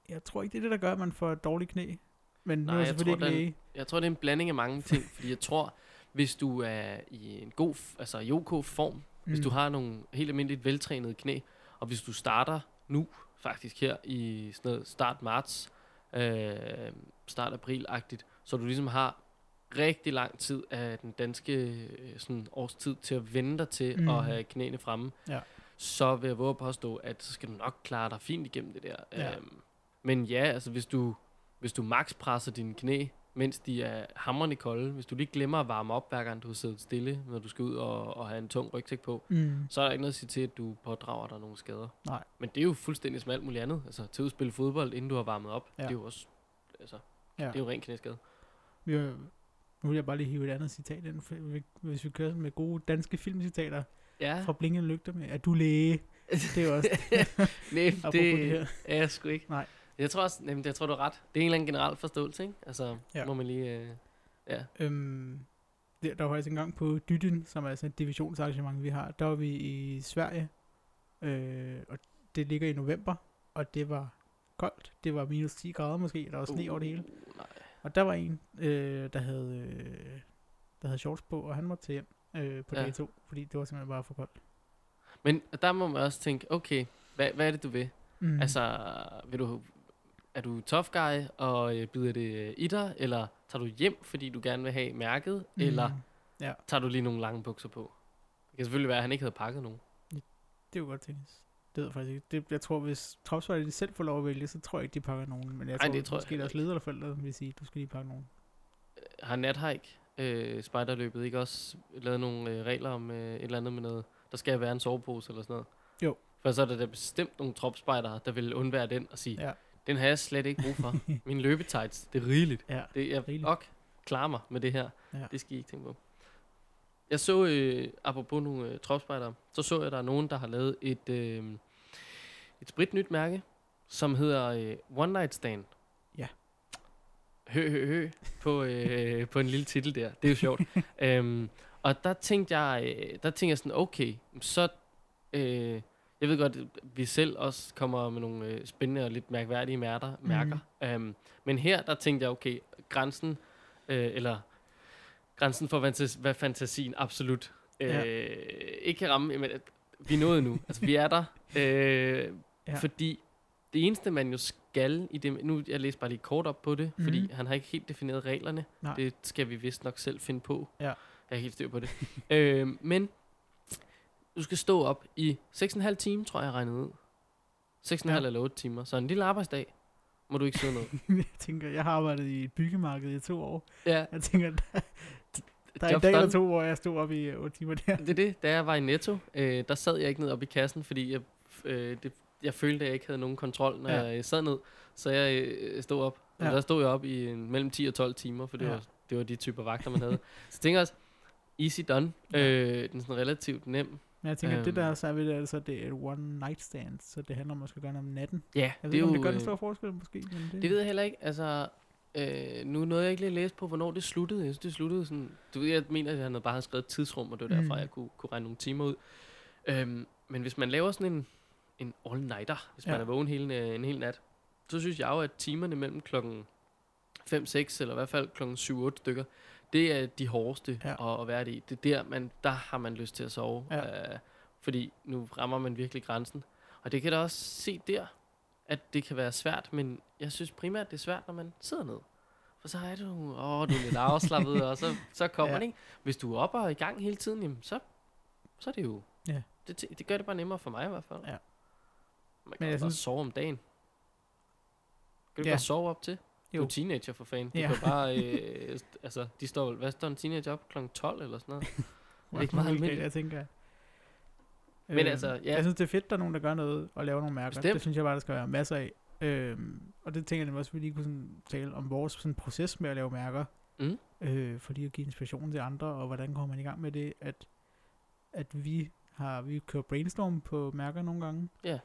B: Jeg tror ikke, det er det, der gør, at man får dårlige knæ. Men
C: Nej,
B: nu er
C: jeg
B: jeg selvfølgelig
C: tror,
B: ikke læge.
C: Jeg tror, det er en blanding af mange ting, fordi jeg tror, hvis du er i en god, f- altså i OK form, mm. hvis du har nogle helt almindeligt veltrænede knæ, og hvis du starter nu, faktisk her i sådan noget start marts, øh, start april-agtigt, så du ligesom har rigtig lang tid af den danske øh, sådan årstid til at vende dig til mm.
B: Mm.
C: at have knæene fremme,
B: Ja.
C: så vil jeg våge at påstå, at så skal du nok klare dig fint igennem det der.
B: Ja.
C: Øhm, men ja, altså hvis du, hvis du max presser dine knæ, mens de er hammerne kolde, hvis du lige glemmer at varme op, hver gang du har siddet stille, når du skal ud og, og have en tung rygsæk på,
B: Mm.
C: så er der ikke noget at sige til, at du pådrager dig nogle skader.
B: Nej.
C: Men det er jo fuldstændig som alt muligt andet. Altså, til at spille fodbold, inden du har varmet op, ja.
B: Ja.
C: det er jo også, altså, ja.
B: Ja.
C: det er jo ren knæskade.
B: Vi har, nu vil jeg bare lige hive et andet citat ind, for vi- hvis vi kører sådan med gode danske filmcitater
C: Ja,
B: fra Blinkende Lygter med, at du læge. Det er jo også
C: nej,
B: apropos det
C: det
B: her.
C: er jeg sgu ikke.
B: Nej.
C: Jeg tror også, jamen, jeg tror, du har ret. Det er en eller anden generel forståelse, ikke? Altså, ja.
B: Ja.
C: må man lige... Øh, ja.
B: Øhm, der, der var faktisk engang på Dytten, som er altså et divisionsarrangement, vi har. Der var vi i Sverige, øh, og det ligger i november, og det var koldt. Det var minus 10 grader måske, og der var sne over det hele.
C: Uh, nej.
B: Og der var en, øh, der havde øh, der havde shorts på, og han måtte tage hjem øh, på
C: Ja.
B: ja. dag 2, fordi det var simpelthen bare for koldt.
C: Men der må man også tænke, okay, hvad, hvad er det, du vil?
B: Mm.
C: Mm. Altså, vil du, er du tough guy, og øh, bider det øh, i dig, eller tager du hjem, fordi du gerne vil have mærket, mm. eller tager du lige nogle lange bukser på? Det kan selvfølgelig være, at han ikke havde pakket nogen.
B: Det er jo godt tænkes. Det ved jeg faktisk ikke. Det, jeg tror, hvis tropsvejlerne selv får lov at vælge, så tror jeg ikke, de pakker nogen. Men jeg
C: Ej,
B: tror,
C: det tror jeg
B: måske
C: heller
B: deres
C: ikke.
B: ledere eller forældre vil sige, du skal lige pakke nogen.
C: Har Nathike, øh, spejderløbet, ikke også lavet nogle øh, regler om øh, et eller andet med noget? Der skal være en sovepose eller sådan noget.
B: Jo.
C: For så er der da bestemt nogle tropspejdere, der vil undvære den og sige, ja.
B: Ja.
C: den har jeg slet ikke brug for. Min løbetights, det er rigeligt.
B: Ja.
C: Det er
B: Rigeligt.
C: nok klare mig med det her. Ja.
B: Ja.
C: Det skal I ikke tænke på. Jeg så, øh, apropos nogle øh, tropspejdere, så så jeg, at der er nogen, der har lavet et, øh, et spritnyt mærke, som hedder øh, One Night Stand.
B: Ja.
C: Hø, hø, hø, på, øh, på en lille titel der. Det er jo sjovt. øhm, og der tænkte jeg, øh, der tænkte jeg sådan, okay, så... Øh, jeg ved godt, at vi selv også kommer med nogle øh, spændende og lidt mærkværdige mærter, mærker. Mm. Øhm, men her, der tænkte jeg, okay, grænsen, øh, eller grænsen for, hvad fantas- hvad fantasien absolut øh,
B: Ja.
C: ikke kan ramme, men at vi er nået nu. altså, vi er der. Øh, ja.
B: Ja.
C: Fordi det eneste, man jo skal i det... Nu, jeg læser bare lige kort op på det, mm. fordi
B: Mhm.
C: han har ikke helt defineret reglerne.
B: Nej.
C: Det skal vi vist nok selv finde på.
B: Ja.
C: Jeg er ikke helt styr på det. øh, men du skal stå op i 6,5 timer, tror jeg, jeg regnede ud. 6,5 ja.
B: Ja.
C: eller 8 timer. Så en lille arbejdsdag må du ikke sidde ned.
B: jeg tænker, jeg har arbejdet i et byggemarked i to år.
C: ja,
B: Jeg tænker, der, der er
C: Job
B: en dag eller
C: done.
B: to, hvor jeg stod op i øh, otte timer der.
C: det er det. Da jeg var i Netto, øh, der sad jeg ikke ned op i kassen, fordi jeg, øh, det, jeg følte, at jeg ikke havde nogen kontrol, når ja.
B: Ja.
C: jeg sad ned. Så jeg øh, stod op. Ja.
B: Ja.
C: Der stod jeg op i en, mellem 10 og 12 timer, for det ja.
B: Ja.
C: var Det var de typer vagter, man havde. så jeg tænker jeg også, easy done. Øh, den er sådan relativt nem.
B: Men jeg tænker, øhm. det
C: Øhm.
B: der så er ved det, altså, det er et one night stand, så det handler om, at man skal gøre noget om natten.
C: Ja,
B: Jeg ved ikke, om det gør
C: øh,
B: den store forskel, måske. Men det,
C: Det ved jeg heller ikke. Altså, øh, nu nåede jeg ikke lige at læse på, hvornår det sluttede. Jeg synes, det sluttede sådan... Du ved, jeg mener, at han bare havde skrevet et tidsrum, og det var derfor,
B: Mm.
C: jeg kunne, kunne regne nogle timer ud. Øhm, men hvis man laver sådan en, en all-nighter, hvis ja.
B: Ja.
C: man er vågen hele, øh, en hel nat, så synes jeg jo, at timerne mellem klokken 5-6, eller i hvert fald klokken 7-8 stykker, det er de hårdeste
B: Ja.
C: ja. at, at være det i. Det er der, man, der har man lyst til at sove.
B: Ja.
C: Øh, fordi nu rammer man virkelig grænsen. Og det kan da også se der, at det kan være svært, men jeg synes primært, det er svært, når man sidder ned. For så er du, åh, du er lidt afslappet, og så, så kommer
B: Ja.
C: ja. det, ikke? Hvis du er oppe og i gang hele tiden, jamen, så, så er det jo...
B: Ja.
C: Det, det gør det bare nemmere for mig i hvert fald.
B: Ja.
C: Man kan
B: Men
C: men
B: jeg
C: også bare
B: synes-
C: sove om dagen. Kan du
B: Ja.
C: ja. bare sove op til? Jo. Du
B: Jo.
C: er teenager for fanden. Du
B: Ja.
C: ja. kan bare, øh, st- altså, de står vel, hvad står en teenager op? Klokken 12 eller sådan noget?
B: Det
C: er ikke meget almindeligt.
B: Jeg tænker... Øhm,
C: Men altså, ja.
B: Jeg synes, det er fedt, der er nogen, der gør noget og laver nogle mærker.
C: Bestemt.
B: Det synes jeg bare, der skal være masser af. Øhm, og det tænker jeg nemlig også, at vi lige kunne sådan, tale om vores sådan, proces med at lave mærker.
C: Mm.
B: Øh, for lige at give inspiration til andre, og hvordan kommer man i gang med det, at, at vi har vi kører brainstorm på mærker nogle gange.
C: Ja.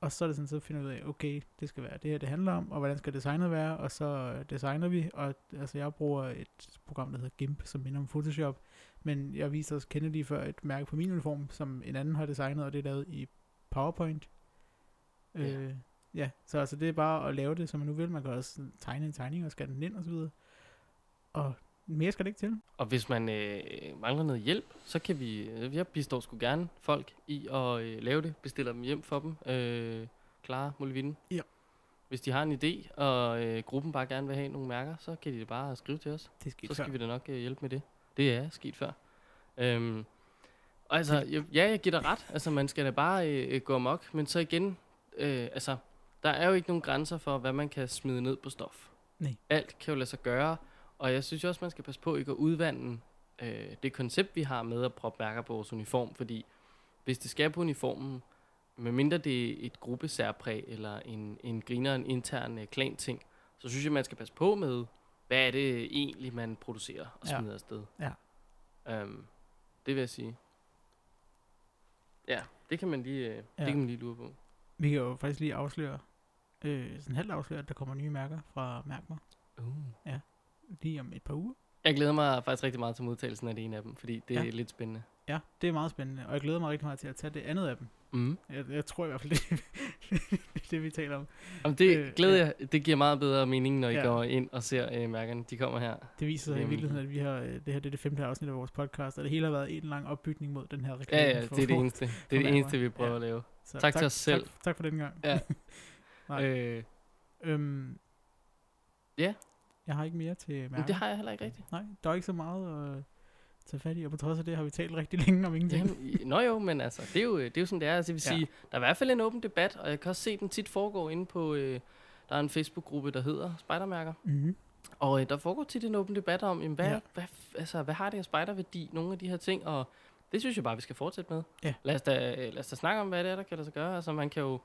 B: Og så er det sådan, så finder vi ud af, okay, det skal være det her, det handler om, og hvordan skal designet være, og så øh, designer vi, og altså jeg bruger et program, der hedder GIMP, som minder om Photoshop, men jeg viste også Kennedy før et mærke på min uniform, som en anden har designet, og det er lavet i PowerPoint.
C: Ja.
B: Øh, ja, så altså det er bare at lave det, som man nu vil. Man kan også sådan tegne en tegning og scanne den ind og så videre. Og mere skal det ikke til.
C: Og hvis man øh, mangler noget hjælp, så kan vi, øh, jeg bistår sgu gerne folk i at øh, lave det, bestiller dem hjem for dem, øh, Clara Mulvinde.
B: Ja.
C: Hvis de har en idé, og øh, gruppen bare gerne vil have nogle mærker, så kan de det bare skrive til os.
B: Det
C: Så skal vi da nok øh, hjælpe med det. Det er sket før. Øhm, og altså, jeg, ja, jeg giver dig ret. Altså, man skal da bare øh, øh, gå amok. Men så igen, øh, altså, der er jo ikke nogen grænser for, hvad man kan smide ned på stof.
B: Nej.
C: Alt kan jo lade sig gøre. Og jeg synes jo også, man skal passe på ikke at udvande øh, det koncept, vi har med at proppe mærker på vores uniform. Fordi hvis det skal på uniformen, medmindre det er et gruppesærpræg eller en, en griner, en intern øh, klan-ting, så synes jeg, man skal passe på med, hvad er det egentlig, man producerer og
B: Ja.
C: smider ja. afsted.
B: Ja.
C: Um, det vil jeg sige. Ja, det kan man lige, øh, ja.
B: Ja.
C: det kan man lige lure på.
B: vi kan jo faktisk lige afsløre, øh, sådan halvt afsløre, at der kommer nye mærker fra Mærk mig
C: Uh.
B: lige om et par uger.
C: Jeg glæder mig faktisk rigtig meget til modtagelsen af det ene af dem, fordi det ja.
B: Ja.
C: er lidt spændende.
B: Ja, det er meget spændende, og jeg glæder mig rigtig meget til at tage det andet af dem.
C: Mm.
B: Jeg, jeg tror i hvert fald, det er det, vi taler om.
C: Jamen, det
B: Øh,
C: øh, glæder
B: ja.
C: jeg. Det giver meget bedre mening, når I
B: Ja.
C: ja. går ind og ser øh, mærkerne. De kommer her.
B: Det viser sig i
C: Jamen.
B: virkeligheden, at vi har, øh, det her det er det femte afsnit af vores podcast, og det hele har været en lang opbygning mod den her reklame.
C: Ja, ja,
B: for-
C: det er det eneste. Det er
B: mærker.
C: det eneste, vi prøver
B: Ja.
C: ja. at lave.
B: Så
C: Tak til os selv.
B: Tak, tak for den gang.
C: Ja.
B: Nej.
C: Øh,
B: Øhm,
C: Ja.
B: Jeg har ikke mere til mærke.
C: men det har jeg heller ikke rigtigt.
B: Nej, der er ikke så meget at tage fat i, og på trods af det har vi talt rigtig længe om ingenting.
C: Jamen, i- nå jo, men altså, det er jo, øh, det er jo sådan, det er. Altså, det vil
B: Ja.
C: sige, der er i hvert fald en åben debat, og jeg kan også se den tit foregå inde på... Øh, der er en Facebook-gruppe, der hedder Spejdermærker.
B: Mm-hmm.
C: Og øh, der foregår tit en åben debat om, jamen, hvad,
B: Ja.
C: ja. hvad, f- altså, hvad har det her spejderværdi, nogle af de her ting, og det synes jeg bare, vi skal fortsætte med.
B: Ja.
C: Lad, os da, øh, lad os da snakke om, hvad det er, der kan lade sig gøre. Altså, man kan jo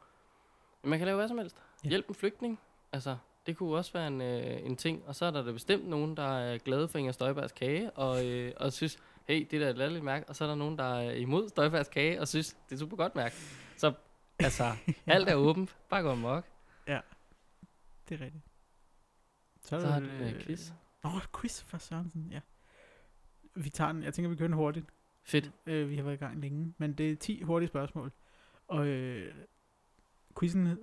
C: man kan lave hvad som helst.
B: Ja.
C: Ja. Hjælp en flygtning. Altså, det kunne også være en, øh, en ting. Og så er der da bestemt nogen, der er glade for Inger Støjbergs kage, og, øh, og synes, hey, det er da et latterligt mærke. Og så er der nogen, der er imod Støjbergs kage, og synes, det er et super godt mærke. Så altså, alt er åbent. Bare gå amok.
B: Det er rigtigt. Så
C: Så har
B: vel,
C: du øh, quiz.
B: Nå, quiz for Sørensen, ja. Vi tager den, jeg tænker, vi kører den hurtigt.
C: Fedt.
B: Øh, vi har været i gang længe, men det er 10 hurtige spørgsmål. Og øh, quizzen,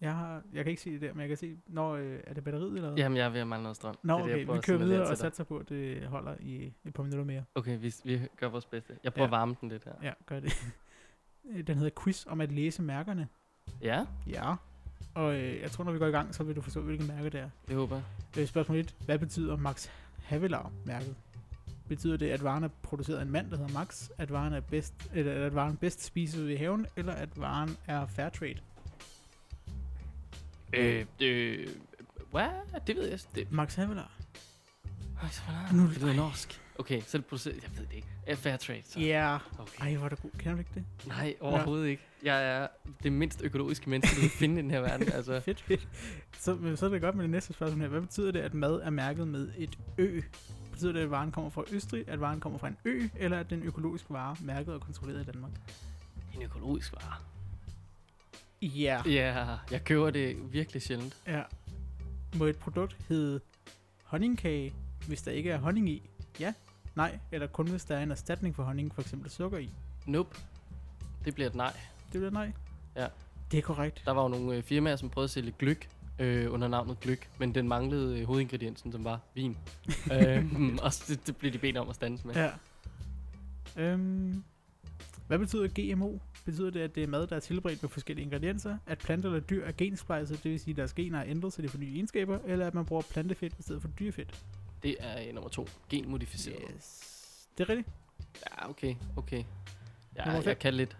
B: jeg, har, jeg kan ikke se det der, men jeg kan se, når øh, er det batteriet eller hvad?
C: Jamen, jeg er ved at mangle noget strøm.
B: Nå,
C: det, er det,
B: okay,
C: jeg prøver
B: vi
C: at
B: kører
C: signalere
B: videre
C: til
B: og
C: dig.
B: satser på, at det holder i et par minutter mere.
C: Okay, vi, vi gør vores bedste. Jeg prøver
B: Ja.
C: ja. at varme den lidt her.
B: Ja, gør det. Øh, Den hedder Quiz om at læse mærkerne.
C: Ja,
B: Ja. Og øh, jeg tror, når vi går i gang, så vil du forstå, hvilke mærke det er.
C: det håber jeg.
B: Øh, spørgsmål 1. Hvad betyder Max Havelaar-mærket? Betyder det, at varen er produceret af en mand, der hedder Max? At varen er bedst, eller at varen bedst spises ude i haven? Eller at varen er fair trade?
C: Øh, øh, hvad? Det ved jeg. Det,
B: Max Havelaar.
C: Ej, så var
B: Ah, Nu-
C: det det lyder norsk. Okay, så er det produceret. Jeg ved det ikke. Er fair trade, så.
B: Ja. Yeah.
C: Okay.
B: Ej, hvor er du god. Kender du ikke det?
C: Nej, overhovedet ikke. Jeg er det mindst økologiske menneske, du kan finde i den her verden. Altså,
B: Fedt, fedt. Så, men så er det godt med det næste spørgsmål her. Hvad betyder det, at mad er mærket med et ø Betyder det, at varen kommer fra Østrig, at varen kommer fra en ø, eller at den økologisk vare mærket og kontrolleret i Danmark?
C: En økologisk vare.
B: Ja.
C: Ja, jeg køber det virkelig sjældent.
B: ja. Må et produkt hedde honningkage, hvis der ikke er honning i? Ja. Nej, eller kun hvis der er en erstatning for honning, for eksempel sukker i.
C: Nope. Det bliver et nej.
B: Det bliver nej.
C: Ja.
B: Det er korrekt.
C: Der var jo nogle øh, firmaer, som prøvede at sælge gløk øh, under navnet gløk, men den manglede øh, hovedingrediensen, som var vin. øhm, og så- det, det blev de bedt om at stande med. Ja.
B: Ja. Øhm, hvad betyder GMO? Betyder det, at det er mad, der er tilberedt med forskellige ingredienser? At planter eller dyr er gensplejset, det vil sige, at deres gener er ændret, så de får nye egenskaber? Eller at man bruger plantefedt i stedet for dyrefedt?
C: Det er øh, nummer to. Genmodificeret. Yeah.
B: Det er rigtigt.
C: Ja, okay, okay. Ja,
B: Nummer
C: jeg,
B: fem.
C: jeg kan lidt.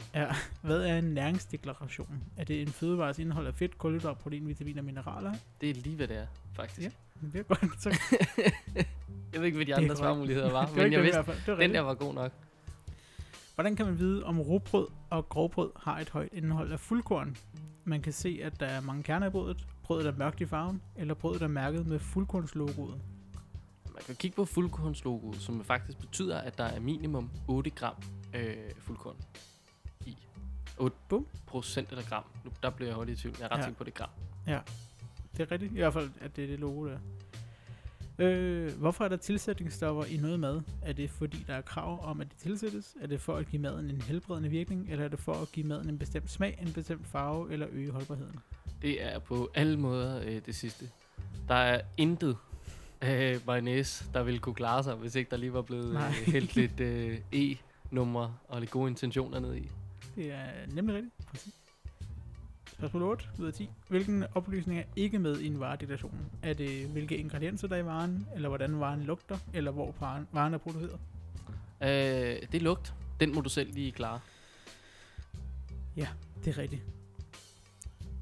B: Hvad er en næringsdeklaration? Er det en fødevares indhold af fedt, kulhydrat, protein, vitaminer og mineraler?
C: Det er lige, hvad det er, faktisk.
B: Ja. Det er godt. Så
C: Jeg ved ikke, hvad
B: Det
C: de
B: er
C: andre
B: korrekt.
C: svarmuligheder var,
B: det er
C: men
B: ikke det i
C: jeg vidste,
B: hvert fald. Det er
C: den der
B: rigtigt.
C: var god nok.
B: Hvordan kan man vide, om rugbrød og grovbrød har et højt indhold af fuldkorn? Man kan se, at der er mange kerner i brødet, brødet er mørkt i farven, eller brødet er mærket med fuldkornslogoet.
C: Man kan kigge på fuldkornslogoet, som faktisk betyder, at der er minimum 8 gram øh, fuldkorn i. 8
B: Bum.
C: procent eller gram. Nu, der bliver jeg hurtigt i tvivl. Jeg er ret
B: Ja.
C: ja. sikker på, det er gram.
B: Det er rigtigt, i hvert fald, at det er det logo der. Øh, hvorfor er der tilsætningsstoffer i noget mad? Er det fordi, der er krav om, at det tilsættes? Er det for at give maden en helbredende virkning? Eller er det for at give maden en bestemt smag, en bestemt farve eller øge holdbarheden?
C: Det er på alle måder øh, det sidste. Der er intet øh, mayonnaise, der ville kunne klare sig, hvis ikke der lige var blevet øh,
B: Nej.
C: hældt lidt øh, E-numre og lidt gode intentioner ned i.
B: Det er nemlig rigtigt. Præcis. Spørgsmål 8 ud af 10. Hvilken oplysning er ikke med i en varedeklaration? Er det, hvilke ingredienser der er i varen? Eller hvordan varen lugter? Eller hvor varen, varen er produceret?
C: Øh, det er lugt. Den må du selv lige klare.
B: Det er rigtigt.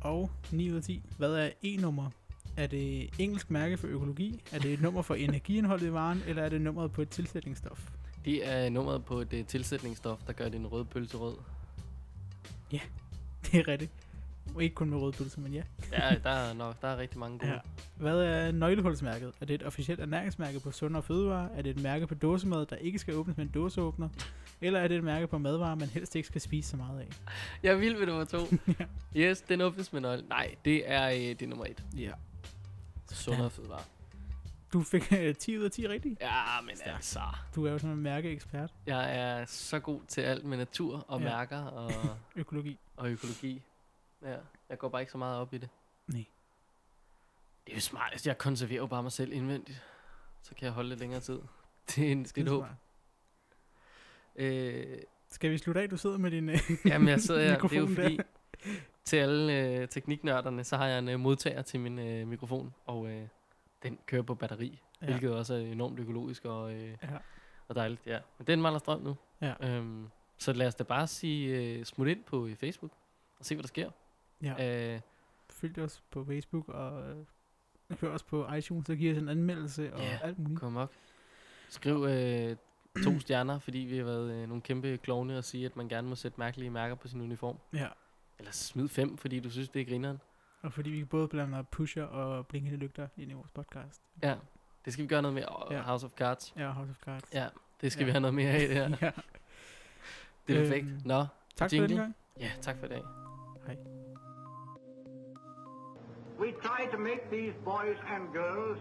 B: Og 9 ud af 10. Hvad er E-nummer? Er det engelsk mærke for økologi? Er det et nummer for energiindholdet i varen? Eller er det nummeret på et tilsætningsstof?
C: Det er nummeret på et øh, tilsætningsstof, der gør din røde pølse rød.
B: Det er rigtigt. Ikke kun med røde pølser, men ja.
C: Ja, der er nok der er rigtig mange gode.
B: Ja. Hvad er nøglehulsmærket? Er det et officielt ernæringsmærke på sundere fødevarer? Er det et mærke på dåsemad, der ikke skal åbnes med en dåseåbner? Eller er det et mærke på madvarer, man helst ikke skal spise så meget af?
C: Jeg vil ved nummer to. Yes, den åbnes med nøgle. Nej, det er, øh, det er nummer et.
B: Ja.
C: Sundere fødevarer.
B: Du fik øh, 10 ud af 10 rigtigt.
C: Ja, men
B: Stærkt.
C: altså.
B: Du er jo sådan en mærkeekspert.
C: Jeg er så god til alt med natur og
B: Ja.
C: ja. mærker og...
B: Økologi.
C: og økologi. Ja, jeg går bare ikke så meget op i det.
B: Nej.
C: Det er jo smart. altså, Jeg konserverer jo bare mig selv indvendigt. Så kan jeg holde lidt længere tid. Det er en skidt håb.
B: Skidesmart.
C: Øh,
B: Skal vi slutte af? Du sidder med din... Øh,
C: jamen, jeg sidder her. Det er jo
B: Mikrofonen der.
C: fordi, til alle øh, tekniknørderne, så har jeg en øh, modtager til min øh, mikrofon. Og øh, den kører på batteri. Ja. Hvilket også er enormt økologisk og, øh,
B: Ja.
C: ja. og dejligt. Ja. Men den mangler strøm nu.
B: Ja.
C: Øhm, så lad os da bare sige, øh, smut ind på øh, Facebook og se, hvad der sker.
B: ja.
C: Ja. Øh,
B: Følg os på Facebook og øh, hør os på iTunes og giv os en anmeldelse og
C: Ja,
B: alt muligt.
C: Kom op. Skriv øh, to stjerner, fordi vi har været øh, nogle kæmpe klovne og sige, at man gerne må sætte mærkelige mærker på sin uniform.
B: Ja.
C: Eller smid fem, fordi du synes, det er grineren.
B: Og fordi vi både blander pusher og blinkende lygter ind i vores podcast.
C: Ja, det skal vi gøre noget mere. Og
B: Ja.
C: ja. House of Cards.
B: Ja, House of Cards.
C: Ja, det skal
B: Ja.
C: ja. vi have noget mere af, det her.
B: ja.
C: Det er perfekt.
B: Øhm.
C: Nå,
B: Tak for
C: Jingle.
B: den gang.
C: ja, tak for i dag.
A: We try to make these boys and girls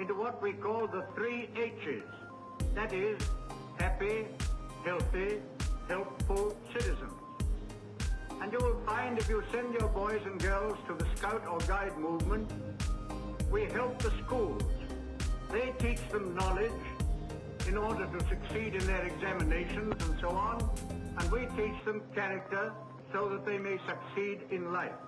A: into what we call the three H's. That is, happy, healthy, helpful citizens. And you will find if you send your boys and girls to the Scout or Guide movement, we help the schools. They teach them knowledge in order to succeed in their examinations and so on, and we teach them character so that they may succeed in life.